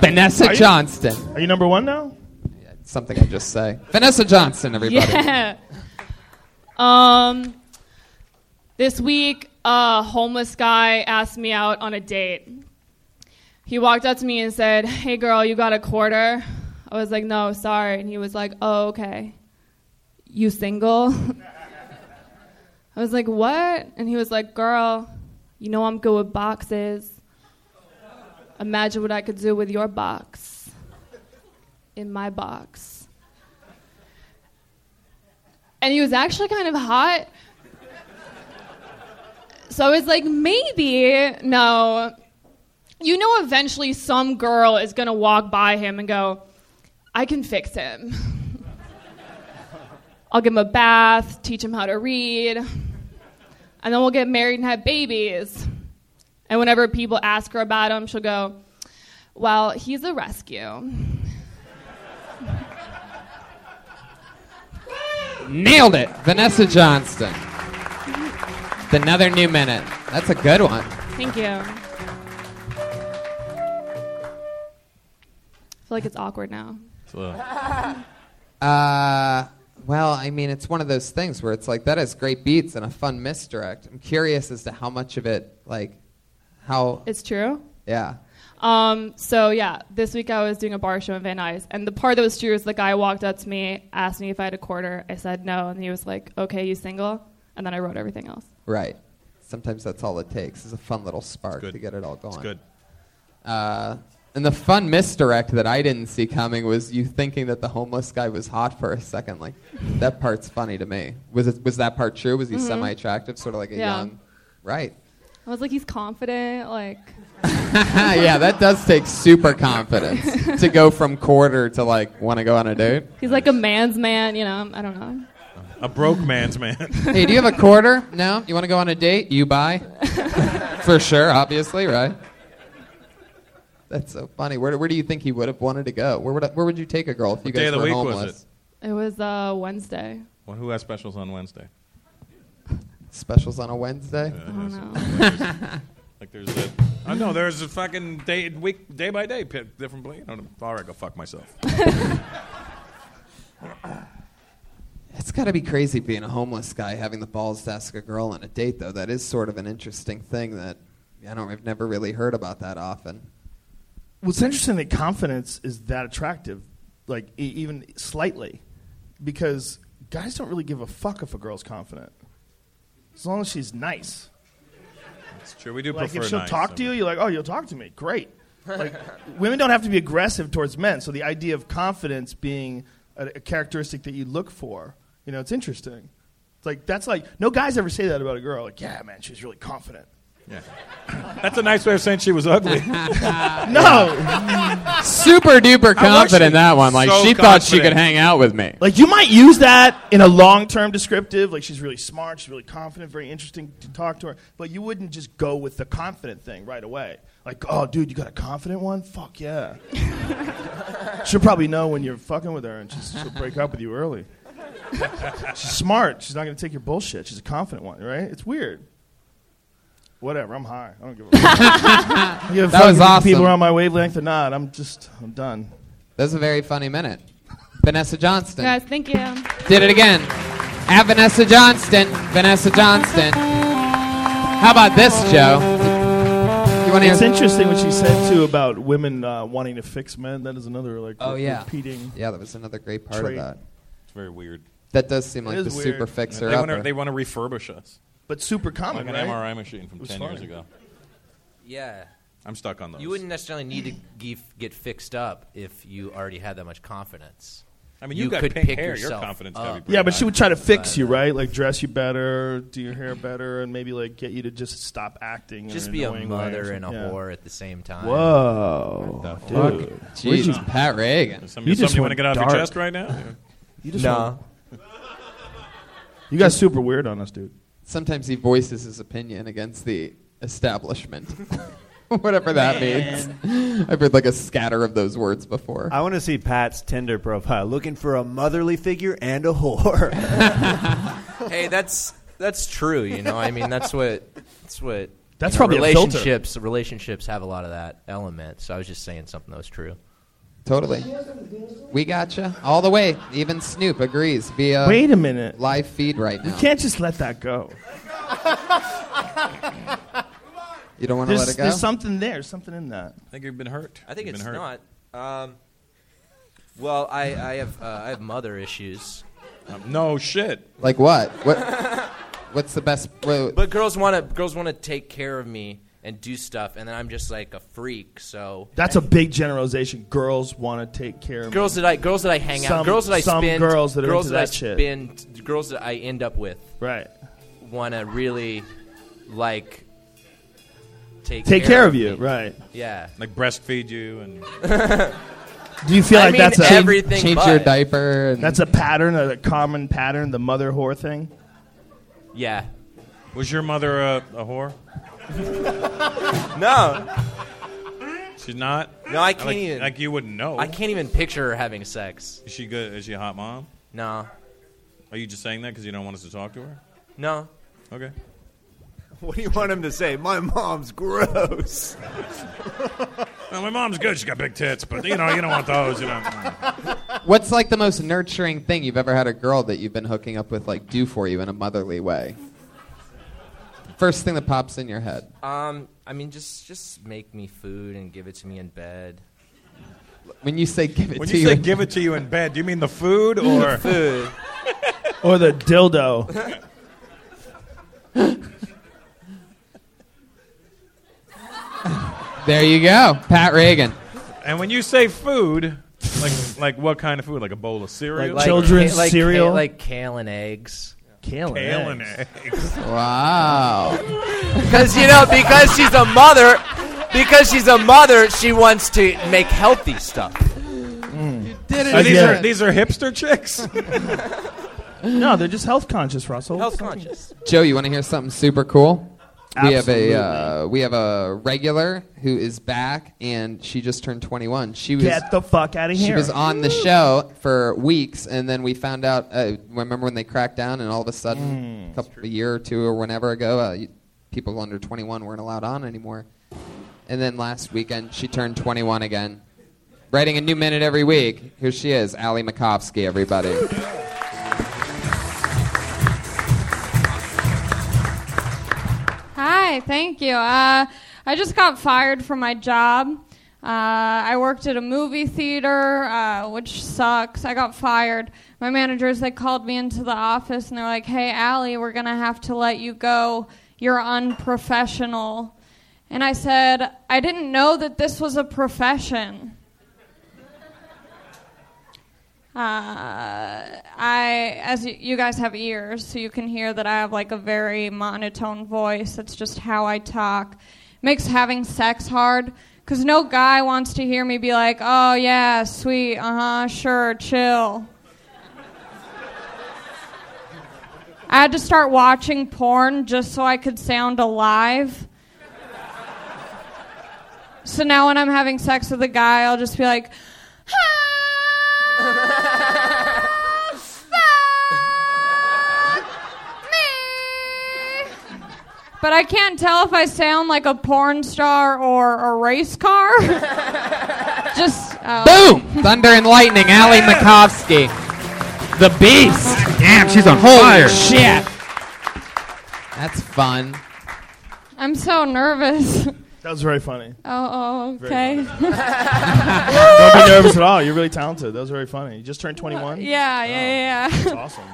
Vanessa
Are you-
Johnston.
Are you number one now?
Something I just say. Vanessa Johnston, everybody.
Yeah. Um, this week a homeless guy asked me out on a date. He walked up to me and said, Hey girl, you got a quarter? I was like, No, sorry. And he was like, Oh, okay. You single? I was like, What? And he was like, Girl, you know I'm good with boxes. Imagine what I could do with your box. In my box. And he was actually kind of hot. So I was like, maybe, no. You know, eventually some girl is going to walk by him and go, I can fix him. I'll give him a bath, teach him how to read, and then we'll get married and have babies. And whenever people ask her about him, she'll go, Well, he's a rescue.
Nailed it, Vanessa Johnston. Another new minute. That's a good one.
Thank you. I feel like it's awkward now.
Uh, well, I mean, it's one of those things where it's like that has great beats and a fun misdirect. I'm curious as to how much of it, like, how,
It's true.
yeah.
Um, so yeah, this week I was doing a bar show in Van Nuys, and the part that was true is the guy walked up to me, asked me if I had a quarter. I said no, and he was like, "Okay, you single?" And then I wrote everything else.
Right. Sometimes that's all it takes is a fun little spark to get it all going.
good.
Uh, and the fun misdirect that I didn't see coming was you thinking that the homeless guy was hot for a second. Like, that part's funny to me. Was it, was that part true? Was he
Mhm.
semi-attractive, sort of like a
Yeah.
young? Right.
I was like, "He's confident." Like,
Ah, yeah, that does take super confidence to go from quarter to like want to go on a date.
he's like a man's man. You know, I don't know.
A broke man's man.
Hey, do you have a quarter? No. You want to go on a date? You buy. For sure, obviously, right? That's so funny. Where, where do you think he would have wanted to go? Where would where would you take a girl if you
What day
guys
of the
were
week was
homeless?
It was uh, Wednesday.
Well, who has specials on Wednesday?
Specials on a Wednesday.
I don't know.
Like there's a, I know there's a fucking day, week, day by day, pi- different. pla- You know, all right, go fuck myself.
It's got to be crazy being a homeless guy having the balls to ask a girl on a date, though. That is sort of an interesting thing that I don't. I've never really heard about that often.
Well, it's interesting that confidence is that attractive, like e- even slightly, because guys don't really give a fuck if a girl's confident, as long as she's nice.
It's true. We do
like
prefer
if she'll
nice,
talk to you, you're like, oh, you'll talk to me, great. Like women don't have to be aggressive towards men, so the idea of confidence being a, a characteristic that you look for, you know, it's interesting. It's like that's like no guys ever say that about a girl. Like, yeah, man, she's really confident.
Yeah. That's a nice way of saying she was ugly.
no.
Super duper
confident
in that
one. Like, so she
thought she
confident. could
hang out with me.
Like you might use that in a long-term descriptive. Like she's really smart, she's really confident, very interesting to talk to her. But you wouldn't just go with the confident thing right away. Like, oh, dude, you got a confident one? Fuck yeah. she'll probably know when you're fucking with her, and she's, she'll break up with you early. she's smart. She's not gonna take your bullshit. She's a confident one, right? It's weird. Whatever. I'm high. I don't give a. I don't give a
That
fuck
was
if
awesome.
People are on my wavelength or not. I'm just. I'm done.
That was a very funny minute. Vanessa Johnston.
Guys, thank you.
Did it again. At Vanessa Johnston. Vanessa Johnston. How about this, Joe? You wanna
it's
hear-
interesting what she said too about women uh, wanting to fix men. That is another like
Oh,
re-
yeah.
repeating.
Yeah, that was another great part
trait.
of that.
It's very weird.
That does seem like
is
the
weird.
super fixer
they
upper.
want to refurbish us.
But super common,
Like an
right?
MRI machine from
It was
ten years
fine.
ago.
Yeah.
I'm stuck on those.
You wouldn't necessarily need to give, get fixed up if you already had that much confidence.
I mean, you've got
could
pink
pick
hair, your
yourself
confidence
up.
gotta be
Yeah, but she would try to fix
uh,
you, right? Like dress you better, do your hair better, and maybe like get you to just stop acting. in
Just
an
be a
annoying way or
mother and a
something. Yeah.
whore at the same time.
Whoa,
fuck?
dude.
Jeez,
Where'd you-
Pat Reagan.
Something you,
just
want to
went
get off your
dark.
chest right now?
You just went- You got super weird on us, dude.
Sometimes he voices his opinion against the establishment. Whatever that means. I've heard like a scatter of those words before.
I want to see Pat's Tinder profile. Looking for a motherly figure and a whore.
hey, that's that's true. You know, I mean, that's what that's what.
That's
you know,
probably a filter.
relationships. relationships have a lot of that element. So I was just saying something that was true.
Totally. We gotcha. All the way. Even Snoop agrees via
Wait a minute.
live feed right now.
You can't just let that go.
You don't want to
There's-
let it go.
There's something there, something in that.
I think you've been hurt.
I think
You've
it's
been hurt.
not. Um, well, I, I have uh, I have mother issues.
Um, no shit.
Like what? What? What's the best? Wait,
But girls want to girls want to take care of me and do stuff, and then I'm just like a freak. So
That's a big generalization. Girls want to take care of
girls
me.
that I girls that I hang out,
Some-
girls that I
some
spend,
girls that are
girls
into
that,
that
I
shit.
spend, girls that I end up with,
right?
Want to really like take
Take care of
me.
you, right.
Yeah.
Like breastfeed you and.
Do you feel
I
like
mean,
that's a
everything Change your but.
diaper?
that's a pattern, a common pattern, the mother whore thing.
Yeah.
Was your mother a, a whore?
No.
She's not.
No, I can't
Like-
even.
Like you wouldn't know.
I can't even picture her having sex.
Is she good? Is she a hot mom?
No.
Are you just saying that because you don't want us to talk to her?
No.
Okay.
What do you want him to say? My mom's gross.
Well, my mom's good. She's got big tits, but you know you don't want those. You know.
What's like the most nurturing thing you've ever had a girl that you've been hooking up with like do for you in a motherly way? First thing that pops in your head.
Um, I mean, just just make me food and give it to me in bed.
When you say give it
When
to
you
you,
say give it to you in bed, do you mean the food or
food?
or the dildo.
there you go, Pat Reagan.
And when you say food, like like what kind of food? Like a bowl of cereal?
like, like, Kale, like kale and eggs.
Kale,
Kale and eggs.
Wow.
Because you know, because she's a mother, because she's a mother, she wants to make healthy stuff. Mm.
Did
So these are these are hipster chicks.
no, they're just health conscious, Russell.
Health conscious.
Joe, you want to hear something super cool? We
Absolutely.
have a uh, we have a regular who is back, and she just turned 21. She was
Get the fuck out of here.
She was on the show for weeks, and then we found out. Uh, remember when they cracked down, and all of a sudden, a, couple, a year or two or whenever ago, uh, you- people under 21 weren't allowed on anymore. And then last weekend, she turned 21 again. Writing a new minute every week. Here she is, Ali Makovsky, everybody.
Hi, thank you. Uh, I just got fired from my job. Uh, I worked at a movie theater, uh, which sucks. I got fired. My managers they called me into the office and they're like, "Hey, Allie, we're gonna have to let you go. You're unprofessional." And I said, "I didn't know that this was a profession." Uh, I, as you, you guys have ears, so you can hear that I have like a very monotone voice. That's just how I talk. Makes having sex hard because no guy wants to hear me be like, "Oh yeah, sweet, uh huh, sure, chill." I had to start watching porn just so I could sound alive. So now when I'm having sex with a guy, I'll just be like, but I can't tell if I sound like a porn star or a race car. Just uh,
Boom! Thunder and lightning, Ali Makovsky. The beast. Damn, she's on Holy
fire.
shit. That's fun.
I'm so nervous.
That was very funny.
Oh, oh,
Very
okay.
Don't be nervous at all. You're really talented. That was very funny. You just turned 21.
Yeah, yeah, yeah, yeah.
That's awesome.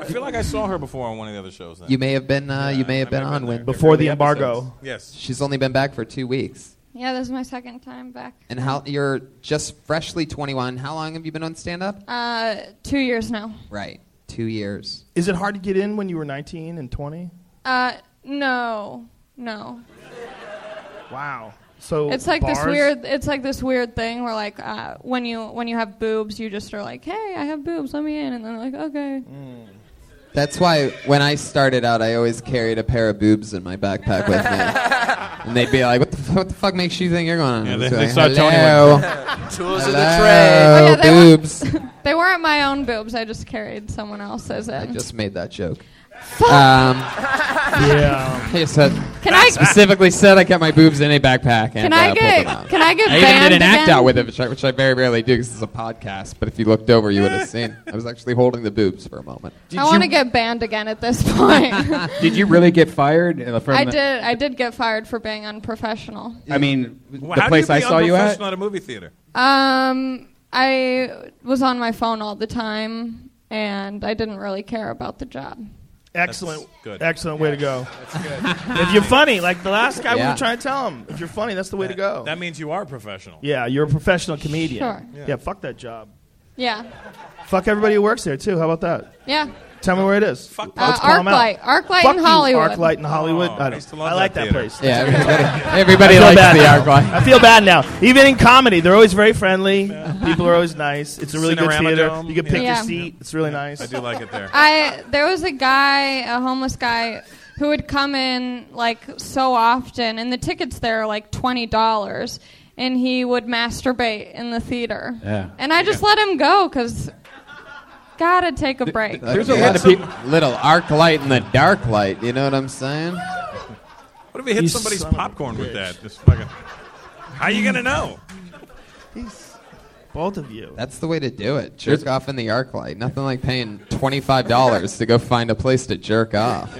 I feel like I saw her before on one of the other shows. Then.
You may have been. Uh, you may have been on when
Before the embargo.
Yes.
She's only been back for two weeks.
yeah, this is my second time back.
And how you're just freshly 21. How long have you been on stand up?
Uh, two years now.
Right. Two years.
Is it hard to get in when you were 19 and 20?
Uh, no, no.
Wow. So
it's like this
bars-
weird. It's like this weird thing where like uh, when you when you have boobs, you just are like, hey, I have boobs, let me in, and they're like, okay.
That's why when I started out, I always carried a pair of boobs in my backpack with me. And they'd be like, "What the, f- what the fuck makes you think you're going on?"
Yeah,
I
they-
was
they
like,
saw Tony
"Hello."
went, Tools in the
Hello,
tray. Oh, yeah, they
boobs.
They weren't my own boobs. I just carried someone else's in.
I just made that joke. Um,
Yeah.
I just said,
Can I-
specifically said I kept my boobs in a backpack. And
Can
uh,
I
pulled
get-
them out.
can I get
I even
banned
did an act
again?
out with it, which I, which I very rarely do because it's a podcast. But if you looked over, you would have seen I was actually holding the boobs for a moment.
I want to get banned again at this point.
Did you really get fired? uh, From
I
the-
did. I did get fired for being unprofessional.
I mean,
Well,
the
how
place
do you
I
be
saw you at.
unprofessional at a movie theater.
Um, I was on my phone all the time, and I didn't really care about the job.
Excellent.
That's
good.
Excellent way to go.
That's good.
if you're funny, like the last guy we
Yeah.
were trying to tell him, if you're funny, that's the way to go.
That means you are professional.
Yeah, you're a professional comedian.
Sure.
Yeah.
Yeah.
fuck that job.
Yeah,
Fuck everybody who works there too. How about that?
yeah.
Tell me where it is. Fuck
Uh, ArcLight, ArcLight
fuck
in
you,
Hollywood.
ArcLight in Hollywood. I, don't- I like that, place.
Yeah,
It's okay.
everybody- everybody
I feel
likes
bad
the
now.
ArcLight.
I feel bad now. Even in comedy, they're always very friendly. People are always nice. It's a really
Cinerama
good theater.
Dome.
You can pick
Yeah.
your seat. It's really nice.
I do like it there.
I there was a guy, a homeless guy, who would come in like so often, and the tickets there are like twenty dollars, and he would masturbate in the theater.
Yeah.
And I just let him go because gotta take a break.
There's a lot of people. Little arc light and the dark light. You know what I'm saying?
What if we hit
You
somebody's
son of a
popcorn with that? Just fucking. How you gonna know?
Both of you.
That's the way to do it. Jerk off in the arc light. Nothing like paying twenty-five dollars to go find a place to jerk off.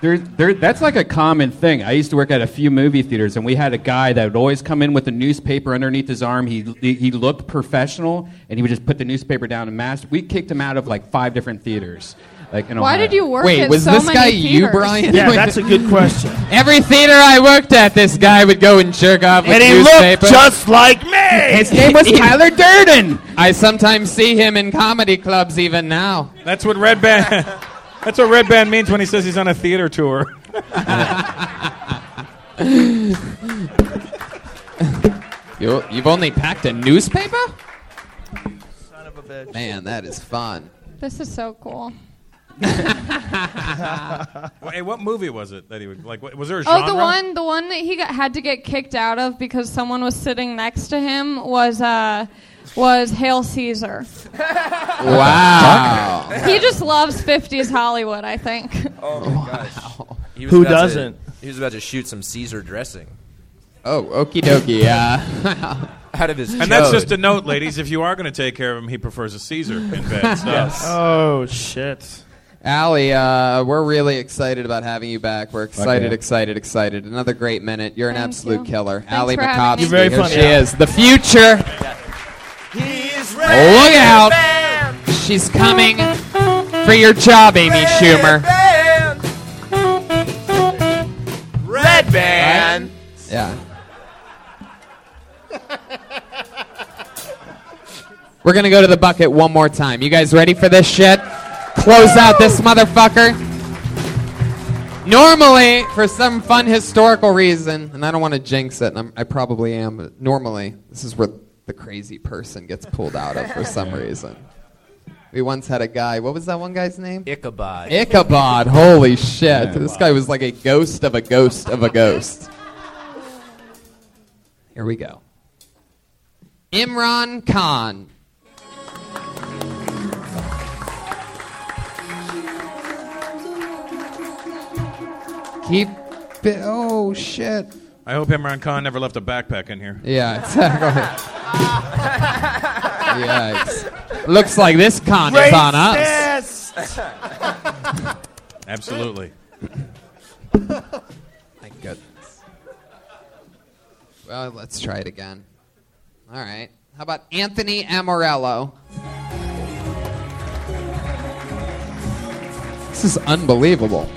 There, there, that's like a common thing. I used to work at a few movie theaters, and we had a guy that would always come in with a newspaper underneath his arm. He, he he looked professional, and he would just put the newspaper down and mask. We kicked him out of like five different theaters. Like, in
Why
Ohio.
did you work Wait, at was so this many guy you, theaters? Brian?
Yeah,
that's
a good question.
Every theater I worked at, this guy would go and jerk off with
And he looked
newspaper.
just like me.
His name was Tyler Durden.
I sometimes see him in comedy clubs even now.
That's what red band. That's what red band means when he says he's on a theater tour.
You, you've only packed a newspaper?
Son of a bitch.
Man, that is fun.
This is so cool.
Well, hey, what movie was it that he would like? What, was there a genre?
Oh, the one, the one that he got, had to get kicked out of because someone was sitting next to him was uh, was Hail Caesar.
Wow.
he just loves 50s Hollywood, I think.
Oh my gosh.
He
Who
about to-
doesn't?
he was about to shoot some Caesar dressing.
Oh, okie dokie. Uh,
Out of his
And that's
chode.
just a note, ladies. If you are going to take care of him, he prefers a Caesar in bed. So.
Oh shit.
Allie, uh, we're really excited about having you back. We're excited,
yeah.
excited, excited. Another great minute. You're an absolute killer. Allie
for having
McCobb.
me. You're very
Here
funny,
she
Al.
is. The future. Look out. She's coming for your job, Amy Schumer.
Red
Band. Yeah. We're going to go to the bucket one more time. You guys ready for this shit? Close out this motherfucker. Normally, for some fun historical reason, and I don't want to jinx it, and I'm, I probably am, but normally, this is where the crazy person gets pulled out of for some reason. We once had a guy, what was that one guy's name?
Ichabod.
Ichabod, holy shit. this guy was like a ghost of a ghost of a ghost. Here we go. Imran Khan. Keep it. Oh, shit.
I hope Imran Khan never left a backpack in here.
Yeah, exactly. Yikes. Looks like this con is on us.
Absolutely.
Thank goodness. Well, let's try it again. All right. How about Anthony Amorello? This is unbelievable.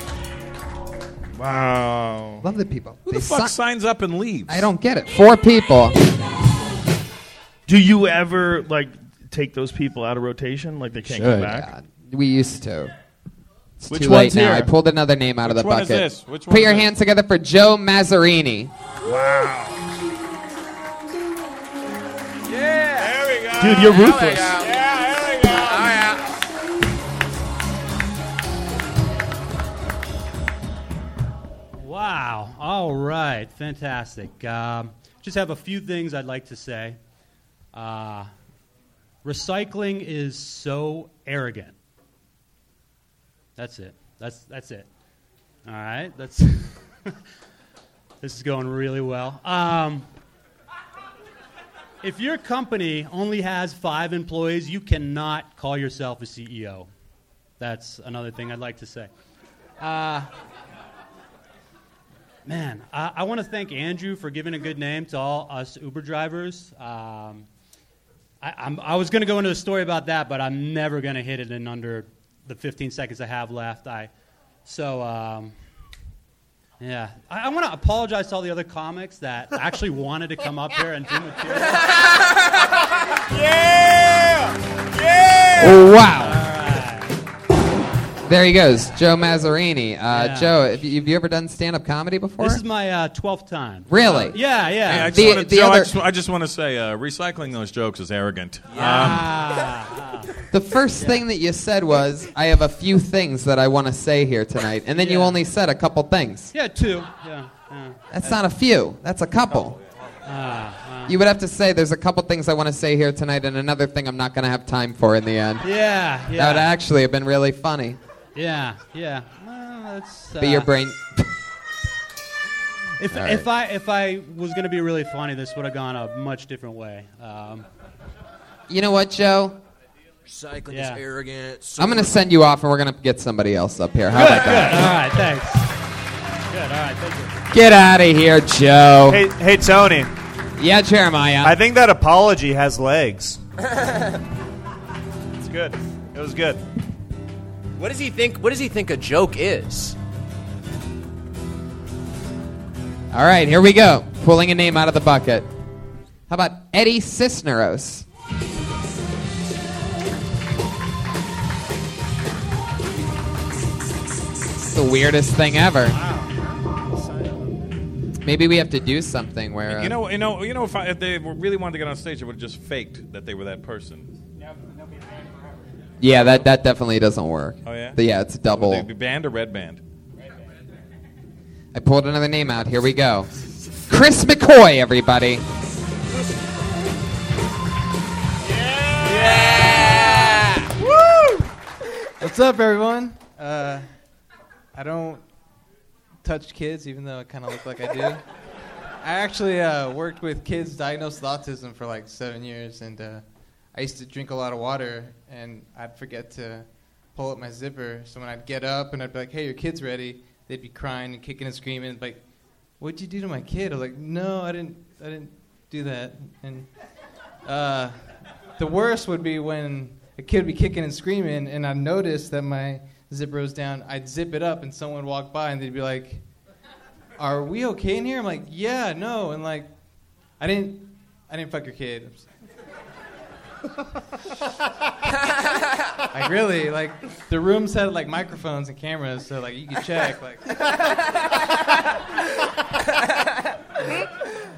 Wow.
Love the people.
Who the fuck signs up and leaves?
I don't get it. Four people.
Do you ever like take those people out of rotation? Like they can't come
Should.
back.
We used to. It's
Which
too
one's
late now.
here?
I pulled another name out of
Which
the
one
bucket.
is this? Which one
Put
is
your
this?
hands together for Joe Mazzarini.
Wow.
Yeah. There we go.
Dude, you're ruthless.
Oh Yeah, there we go. Oh,
Wow. All right. Fantastic. Um, just have a few things I'd like to say. Uh, Recycling is so arrogant. That's it. That's that's it. All right. That's this is going really well. Um, if your company only has five employees, you cannot call yourself a CEO. That's another thing I'd like to say. Uh, man, I, I want to thank Andrew for giving a good name to all us Uber drivers. Um, I, I'm, I was going to go into a story about that, but I'm never going to hit it in under the 15 seconds I have left. I, so, um, yeah. I, I want to apologize to all the other comics that actually wanted to come up here and do material. yeah!
Oh, wow. There he goes, Joe Mazzarini. Uh,
Yeah.
Joe, have you, have you ever done stand-up comedy before?
This is my uh, 12th time.
Really?
Uh, yeah, yeah.
Hey, I just
The-
wanna,
the
Joe, I
other-
just, want to say, uh, recycling those jokes is arrogant. Um,
The first thing that you said was, "I have a few things that I want to say here tonight," and then you
Yeah.
only said a couple things.
Yeah, two. Yeah, yeah.
That's not a few. That's a couple.
Ah,
You would have to say, "There's a couple things I want to say here tonight, and another thing I'm not going to have time for in the end."
Yeah, yeah.
That would actually have been really funny.
Yeah, yeah. Well, that's,
But your
uh,
brain.
If,
All
if I if I was gonna be really funny, this would have gone a much different way. Um,
You know what, Joe?
Recycling
Yeah.
is arrogant.
I'm going to send you off, and we're going to get somebody else up here. How
good,
about that?
good. All right, thanks. ah. Good. All right, thank you.
Get out of here, Joe.
Hey, hey, Tony.
Yeah, Jeremiah.
I think that apology has legs. It's good. It was good.
What does he think? What does he think a joke is?
All right, here we go. Pulling a name out of the bucket. How about Eddie Cisneros? It's the weirdest thing ever. Maybe we have to do something where. uh,
You know, you know, you know. If, I, if they were- really wanted to get on stage, they would have just faked that they were that person.
uh, yeah, that, that definitely doesn't work.
Oh, yeah?
But yeah, it's double.
Would they be band or red band?
I pulled another name out. Here we go. Chris McCoy, everybody.
Woo! What's up, everyone? Uh, I don't touch kids, even though I kind of look like I do. I actually uh, worked with kids diagnosed with autism for like seven years, and uh, I used to drink a lot of water, and I'd forget to pull up my zipper. So when I'd get up and I'd be like, "Hey, your kid's ready," they'd be crying and kicking and screaming, and like, "What'd you do to my kid?" I'm like, "No, I didn't. I didn't do that." And uh, the worst would be when a kid would be kicking and screaming, and I noticed that my zipper was down. I'd zip it up, and someone would walk by, and they'd be like, "Are we okay in here?" I'm like, "Yeah, no," and like, I didn't, I didn't fuck your kid. I'm s- like really, like the rooms had like microphones and cameras, so like you could check. Like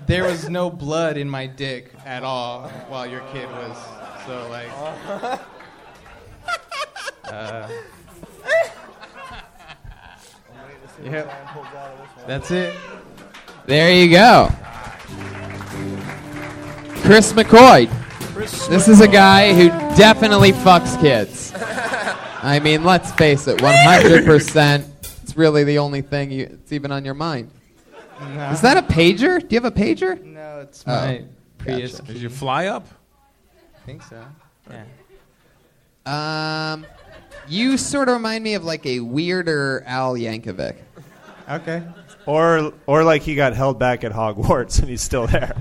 there was no blood in my dick at all while your kid was so like. Uh, yep. That's it.
There you go. Chris McCoy.
Chris
this is a guy who definitely fucks kids. I mean, let's face it, 100%. It's really the only thing you, it's even on your mind.
No.
Is that a pager? Do you have a pager?
No, it's
Oh,
my
gotcha.
Prius.
Did you fly up?
I think so. Yeah.
Um, you sort of remind me of like a weirder Al Yankovic.
Okay.
Or, or like he got held back at Hogwarts and he's still there.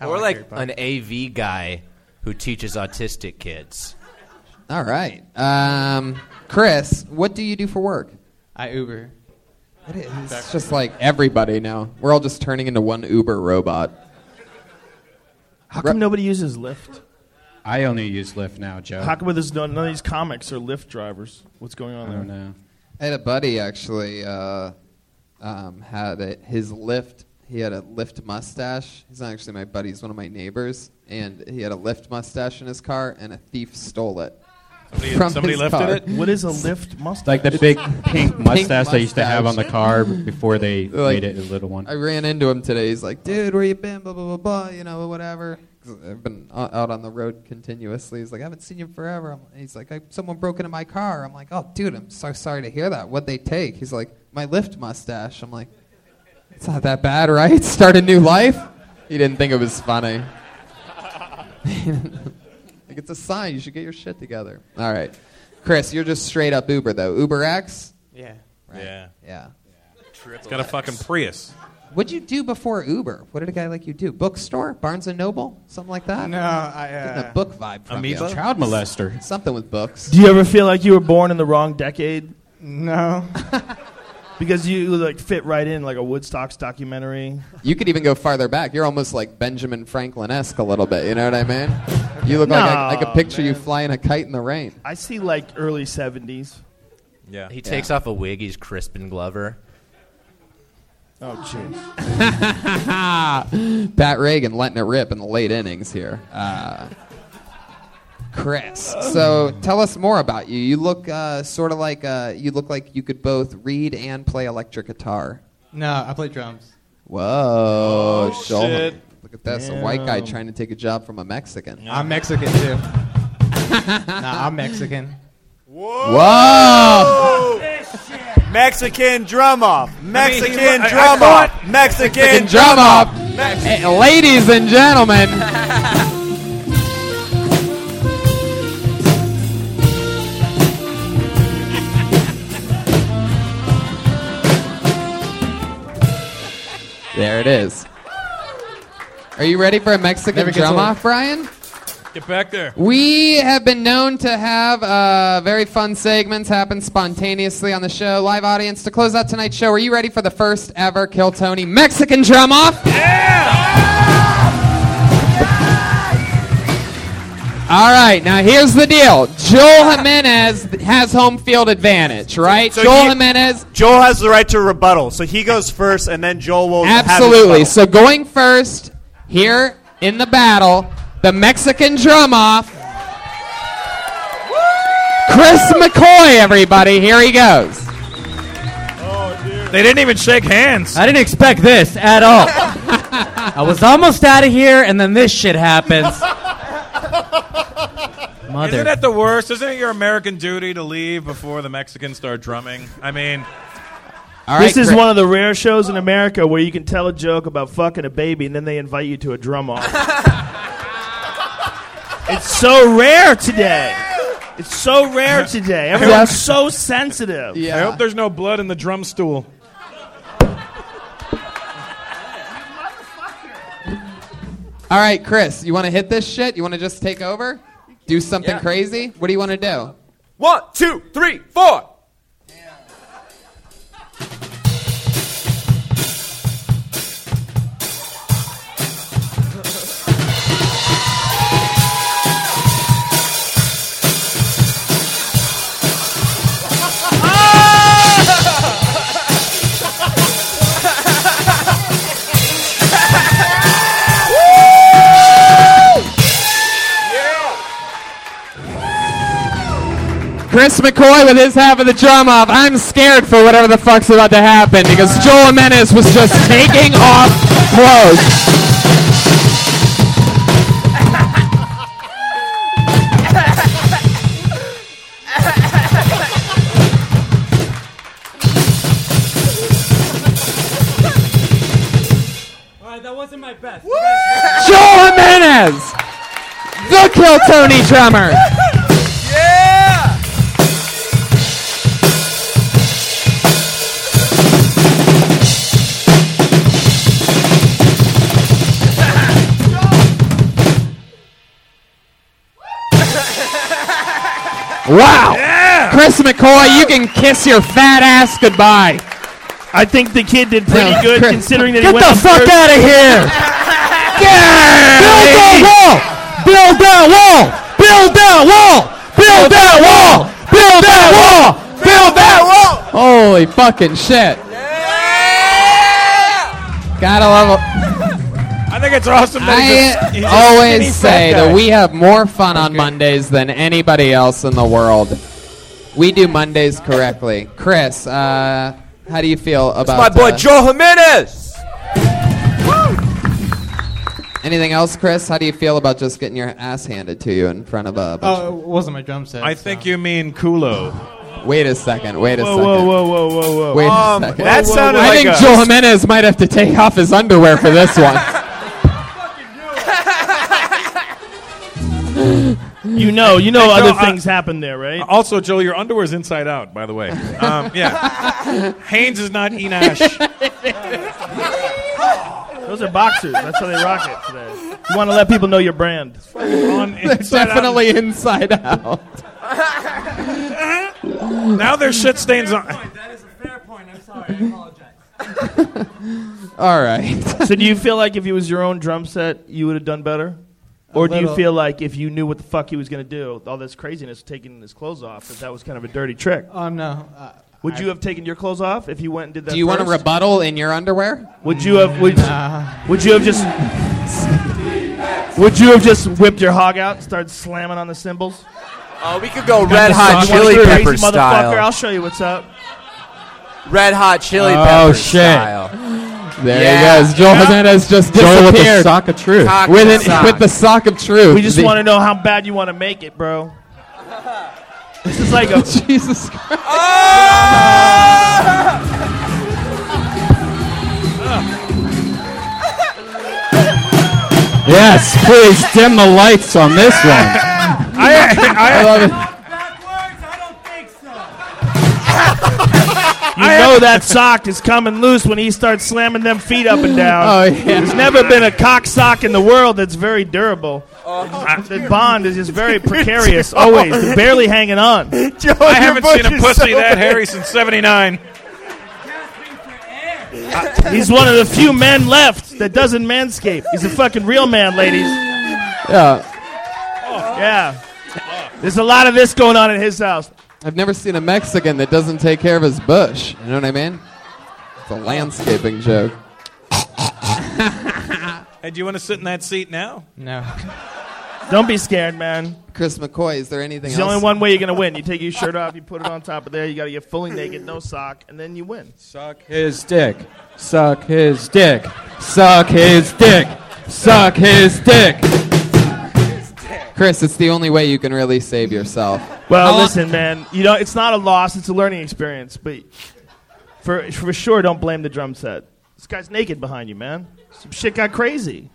Or like an AV guy who teaches autistic kids.
All right. Um, Chris, what do you do for work?
I Uber. What is?
It's just like everybody now. We're all just turning into one Uber robot.
How come nobody uses Lyft?
I only use Lyft now, Joe.
How come there's no, none of these comics are Lyft drivers? What's going on
I
there?
don't know.
I had a buddy actually uh, um, had a, his lift. He had a lift mustache. He's not actually my buddy. He's one of my neighbors, and he had a lift mustache in his car, and a thief stole it.
Somebody,
somebody lifted it? What is a Lyft mustache?
Like the big pink
Pink
mustache they used to have on the
mustache.
car before they
Like,
made it a little one.
I ran into him today. He's like, "Dude, where you been? Blah blah blah blah. You know, whatever." 'cause I've been o- out on the road continuously. He's like, I haven't seen you forever. I'm- He's like, I, someone broke into my car. I'm like, oh, dude, I'm so sorry to hear that. What'd they take? He's like, my Lyft mustache. I'm like, it's not that bad, right? Start a new life? He didn't think it was funny. like, it's a sign. You should get your shit together. All right. Chris, you're just straight up Uber, though. Uber X?
Yeah.
Right.
Yeah.
Yeah.
It's got a fucking Prius.
What'd you do before Uber? What did a guy like you do? Bookstore? Barnes and Noble? Something like that?
No, I, uh,
Getting a book vibe from
Amoeba?
you.
Child molester.
Something with books.
Do you ever feel like you were born in the wrong decade?
No.
because you like fit right in like a Woodstocks documentary.
You could even go farther back. You're almost like Benjamin Franklin esque a little bit. You know what I mean? You look like I, I could
No,
picture you flying a kite in the rain.
I see like early 70s.
Yeah.
He takes off a wig. He's Crispin Glover.
Oh jeez.
Pat Reagan letting it rip in the late innings here. Uh, Chris, so tell us more about you. You look uh, sort of like uh, you look like you could both read and play electric guitar.
No, I play drums.
Whoa,
Oh,
show 'em.
shit.
Look at this, a white guy
Damn.
trying to take a job from a Mexican.
I'm Mexican too. nah, I'm Mexican.
Oh.
Whoa!
Mexican drum off. Mexican
I mean, he- I- I
drum off.
thought-
Mexican
Mexican
drum
drum
off.
up. Hey, ladies and gentlemen. there it is. Are you ready for a Mexican
Never gets
drum
old.
off, Brian?
Get back there.
We have been known to have uh, very fun segments happen spontaneously on the show. Live audience, to close out tonight's show, are you ready for the first ever Kill Tony Mexican drum off? Yeah! All right, now here's the deal. Joel Jimenez has home field advantage, right? Joel
he-
Jimenez
Joel has the right to rebuttal, so he goes first, and then Joel will have his
Absolutely.
rebuttal.
So going first here in the battle, the Mexican drum off. Chris McCoy, everybody. Here he goes.
They didn't even shake hands.
I didn't expect this at all. I was almost out of here, and then this shit happens. Mother.
Isn't that the worst? Isn't it your American duty to leave before the Mexicans start drumming? I mean,
this is one of the rare shows in America where you can tell a joke about fucking a baby and then they invite you to a drum off. it's so rare today. It's so rare today. Everyone's so sensitive.
I hope there's no blood in the drum stool.
All right, Chris, you want to hit this shit? You want to just take over? Do something
Yeah.
crazy? What do you want to do?
One, two, three, four.
Chris McCoy with his half of the drum off. I'm scared for whatever the fuck's about to happen because Joel Jimenez was just taking off clothes. Joel Jimenez, the Kill Tony drummer. Wow. Chris McCoy, you can kiss your fat ass goodbye.
I think the kid did pretty
No,
good
Chris-
considering that he
Get
went
the
up
fuck
first.
outta here.
Build that wall! Build that wall! Build that wall! Build that wall! Build that wall! Build that wall!
Holy fucking shit. Gotta love it.
I think it's awesome. That he's a-
I
he's a skinny
always
fat
say
guy.
that we have more fun on Mondays than anybody else in the world. We do Mondays correctly. Chris, uh, how uh, do you feel about
my boy
uh,
Joel Jimenez.
Anything else, Chris? How do you feel about just getting your ass handed to you in front of a bunch
Oh, it wasn't my drum set.
I think you mean Kulo.
Wait a second. Wait a
Whoa,
second.
whoa,
whoa, whoa, whoa, whoa. Wait
Um,
a second.
that Whoa, whoa, sounded
I
like
think
a-
Joel Jimenez might have to take off his underwear for this one.
You know, you know,
And Joel,
other
I-
things happen there, right?
Also, Joel, your underwear's inside out, by the way. Um, yeah. Haynes is not Enosh.
Those are boxers. That's how they rock it today. You want to let people know your brand.
on Inside Out. definitely
inside out.
now there's shit stains on.
All right.
so, do you feel like if it was your own drum set, you would have done better? Or do you
little.
feel like if you knew what the fuck he was going to do, all this craziness, taking his clothes off, that that was kind of a dirty trick?
Oh no. Uh,
Would you have taken your clothes off if you went and did that?
Do you want a
first?
rebuttal in your underwear?
Would you have? Would, would you have just? would you have just whipped your hog out and started slamming on the cymbals?
Oh, we could go
Got
Red
the
Hot
socks.
Chili
Crazy
Pepper
motherfucker, I'll
style.
show you what's up.
Red Hot Chili
Oh,
Pepper
shit.
style.
There
Yeah.
he goes. Joel Jimenez just
Joel with the
disappeared.
sock of truth. Cock
With,
and
an-
sock.
with the sock of truth.
We just
The-
want to know how bad you want to make it, bro. This is like a
Jesus Christ.
Oh!
Yes, please dim the lights on this one.
I, I,
I love it.
You know that sock is coming loose when he starts slamming them feet up and down.
Oh, yeah.
There's never been a cock sock in the world that's very durable. the bond is just very precarious, always, barely hanging on.
I haven't seen a pussy that hairy since '79.
He's one of the few men left that doesn't manscape. He's a fucking real man, ladies.
Yeah.
Yeah. There's a lot of this going on in his house.
I've never seen a Mexican that doesn't take care of his bush. You know what I mean? It's a landscaping joke.
Hey, do you want to sit in that seat now?
No.
Don't be scared, man.
Chris McCoy, is there anything
It's
else?
the only one way you're gonna win. You take your shirt off, you put it on top of there. You gotta get fully naked, no sock, and then you win.
Suck his dick. Suck his dick. Suck his dick. Suck his dick.
Chris, it's the only way you can really save yourself.
Well, listen, man. You know, it's not a loss; it's a learning experience. But for for sure, don't blame the drum set. This guy's naked behind you, man. Some shit got crazy.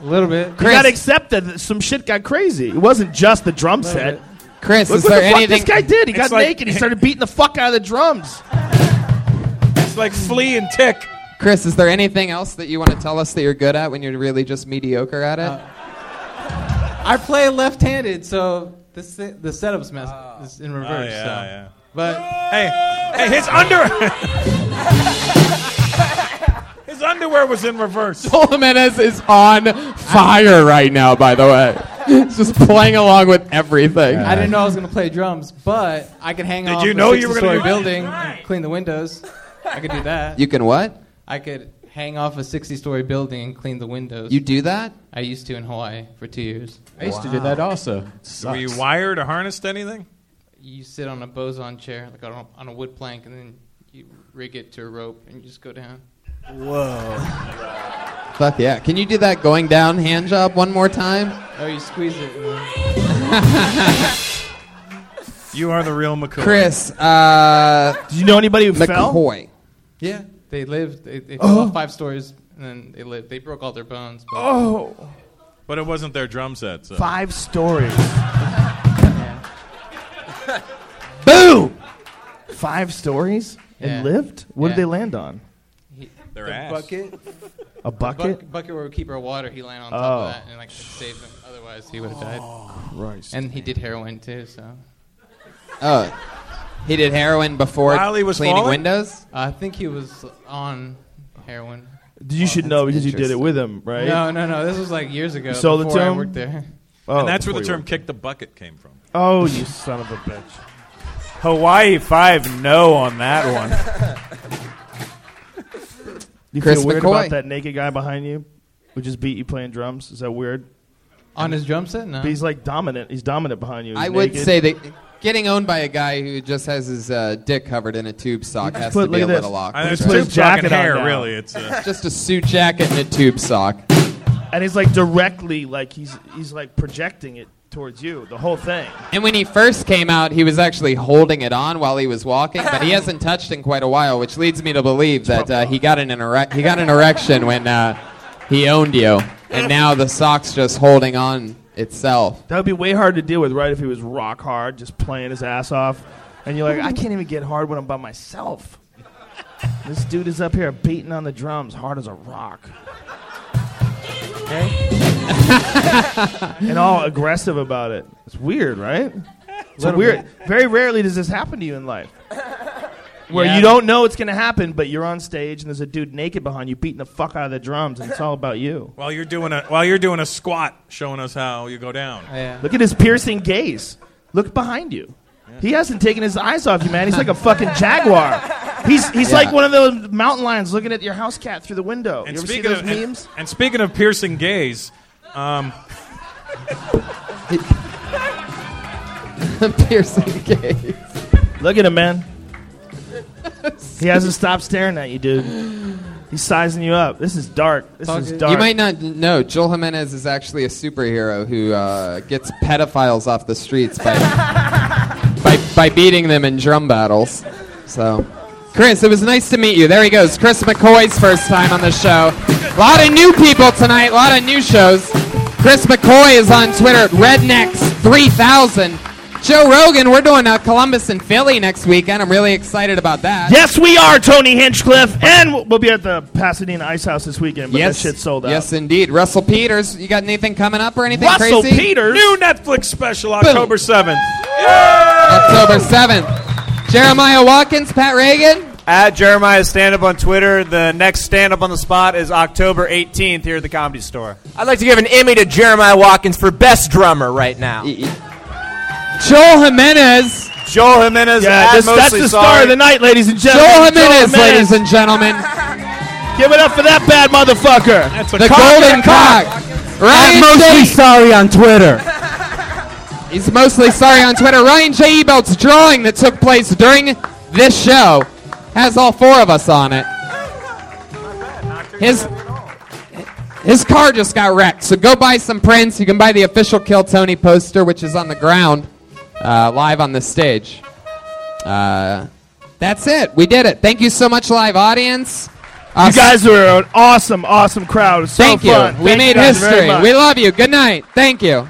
A little bit.
You gotta accept that th- some shit got crazy. It wasn't just the drum set.
Chris,
Look
is
what
there
the fuck
anything-
this guy did? He
It's
got
like-
naked. He started beating the fuck out of the drums.
It's like flea and tick.
Chris, is there anything else that you want to tell us that you're good at when you're really just mediocre at it?
I play left-handed, so the se- the setup's messed is in reverse.
Oh. yeah,
so.
yeah.
But
hey, hey, his under. his underwear was in reverse.
Joel Jimenez is on fire right now, by the way. He's just playing along with everything.
I didn't know I was gonna play drums, but I could hang
Did
off
you
a
know you were gonna do
60-story
that?
building, and clean the windows. I could do that.
You can what?
I could hang off a 60-story building and clean the windows.
You do that?
I used to in Hawaii for two years.
I used to do Wow. that also. Were you wired or harnessed to anything?
You sit on a boson chair, like on a, on a wood plank, and then you rig it to a rope, and you just go down.
Whoa. Fuck yeah. Can you do that going down hand job one more time?
Oh, you squeeze it. and then-
You are the real McCoy.
Chris, uh.
Do you know anybody who
McCoy.
fell?
Yeah, they lived. They, they fell off five stories, and then they lived. They broke all their bones. But
Oh.
But it wasn't their drum set. So.
Five stories.
Boom!
Five stories and
Yeah.
lived. What
Yeah.
did they land on?
He,
Their
the
ass.
bucket.
A
the
bucket?
buck- bucket where we keep our water. He landed on top
Oh.
of that and like saved him. Otherwise, he would have died.
Christ.
And he did heroin too. So.
Oh. He did heroin before
While he was
cleaning
falling?
windows?
I think he was on heroin.
You should know because you did it with him, right?
No, no, no. This was like years ago.
You sold it
before
to
I
him?
worked there.
Oh,
and that's where
before
the
you
term
worked
"kick the bucket" came from.
Oh, you son of a bitch.
Hawaii five no on that one.
You
Chris
feel weird
McCoy.
about that naked guy behind you who just beat you playing drums? Is that weird?
On his drum set? No.
But he's like dominant. He's dominant behind you. He's
I would
naked.
say that getting owned by a guy who just has his uh, dick covered in a tube sock has
put-
to be
look
a
at this.
little awkward.
I just put his
right?
jacket on now.
just a suit jacket and a tube sock.
and he's like directly like he's he's like projecting it towards you the whole thing.
And when he first came out, he was actually holding it on while he was walking, but he hasn't touched in quite a while, which leads me to believe that uh, he got an erec- he got an erection when uh, he owned you, and now the sock's just holding on itself.
That would be way hard to deal with, right? If he was rock hard, just playing his ass off, and you're like, I can't even get hard when I'm by myself. this dude is up here beating on the drums hard as a rock. Okay? and all aggressive about it. It's weird, right? It's
Little
weird. Very rarely does this happen to you in life. Where
Yeah.
you don't know it's going to happen, but you're on stage and there's a dude naked behind you beating the fuck out of the drums, and it's all about you.
While you're doing a while you're doing a squat, showing us how you go down.
Look at his piercing gaze. Look behind you. He hasn't taken his eyes off you, man. He's like a fucking jaguar. He's he's
Yeah.
like one of those mountain lions looking at your house cat through the window.
And
you ever see
speaking
those
of and-
memes?
And, speaking of piercing gaze, um,
piercing gaze.
Look at him, man. he hasn't stopped staring at you, dude. He's sizing you up. This is dark. This is dark.
You might not know Joel Jimenez is actually a superhero who uh, gets pedophiles off the streets by, by by beating them in drum battles. So, Chris, it was nice to meet you. There he goes, Chris McCoy's first time on the show. A lot of new people tonight. A lot of new shows. Chris McCoy is on Twitter at Rednecks3000. Joe Rogan, we're doing uh, Columbus and Philly next weekend. I'm really excited about that.
Yes, we are Tony Hinchcliffe, and we'll- we'll be at the Pasadena Ice House this weekend. But
Yes.
that shit sold out.
Yes, indeed. Russell Peters, you got anything coming up or anything
Russell
crazy?
Peters?
new Netflix special October seventh.
October 7th. Jeremiah Watkins, Pat Reagan.
At Jeremiah Stand Up on Twitter. The next stand up on the spot is October 18th here at the Comedy Store.
I'd like to give an Emmy to Jeremiah Watkins for best drummer right now.
Joel Jimenez.
Joel Jimenez.
Yeah,
at
this- that's
Mostly
the
Sorry.
star of the night,
ladies and
Joel Jimenez, ladies and gentlemen.
Give it up for that bad motherfucker.
That's
The Golden Cock. Ryan
I'm
J.
mostly sorry on Twitter.
He's mostly sorry on Twitter. Ryan J. Ebelt's drawing that took place during this show has all four of us on it. His, his car just got wrecked, so go buy some prints. You can buy the official Kill Tony poster, which is on the ground, uh, live on the stage. Uh, that's it. We did it. Thank you so much, live audience.
you guys were an awesome, awesome crowd. It was so
Thank you.
fun.
We
Thank
made
you guys very
history.
much.
We love you. Good night. Thank you.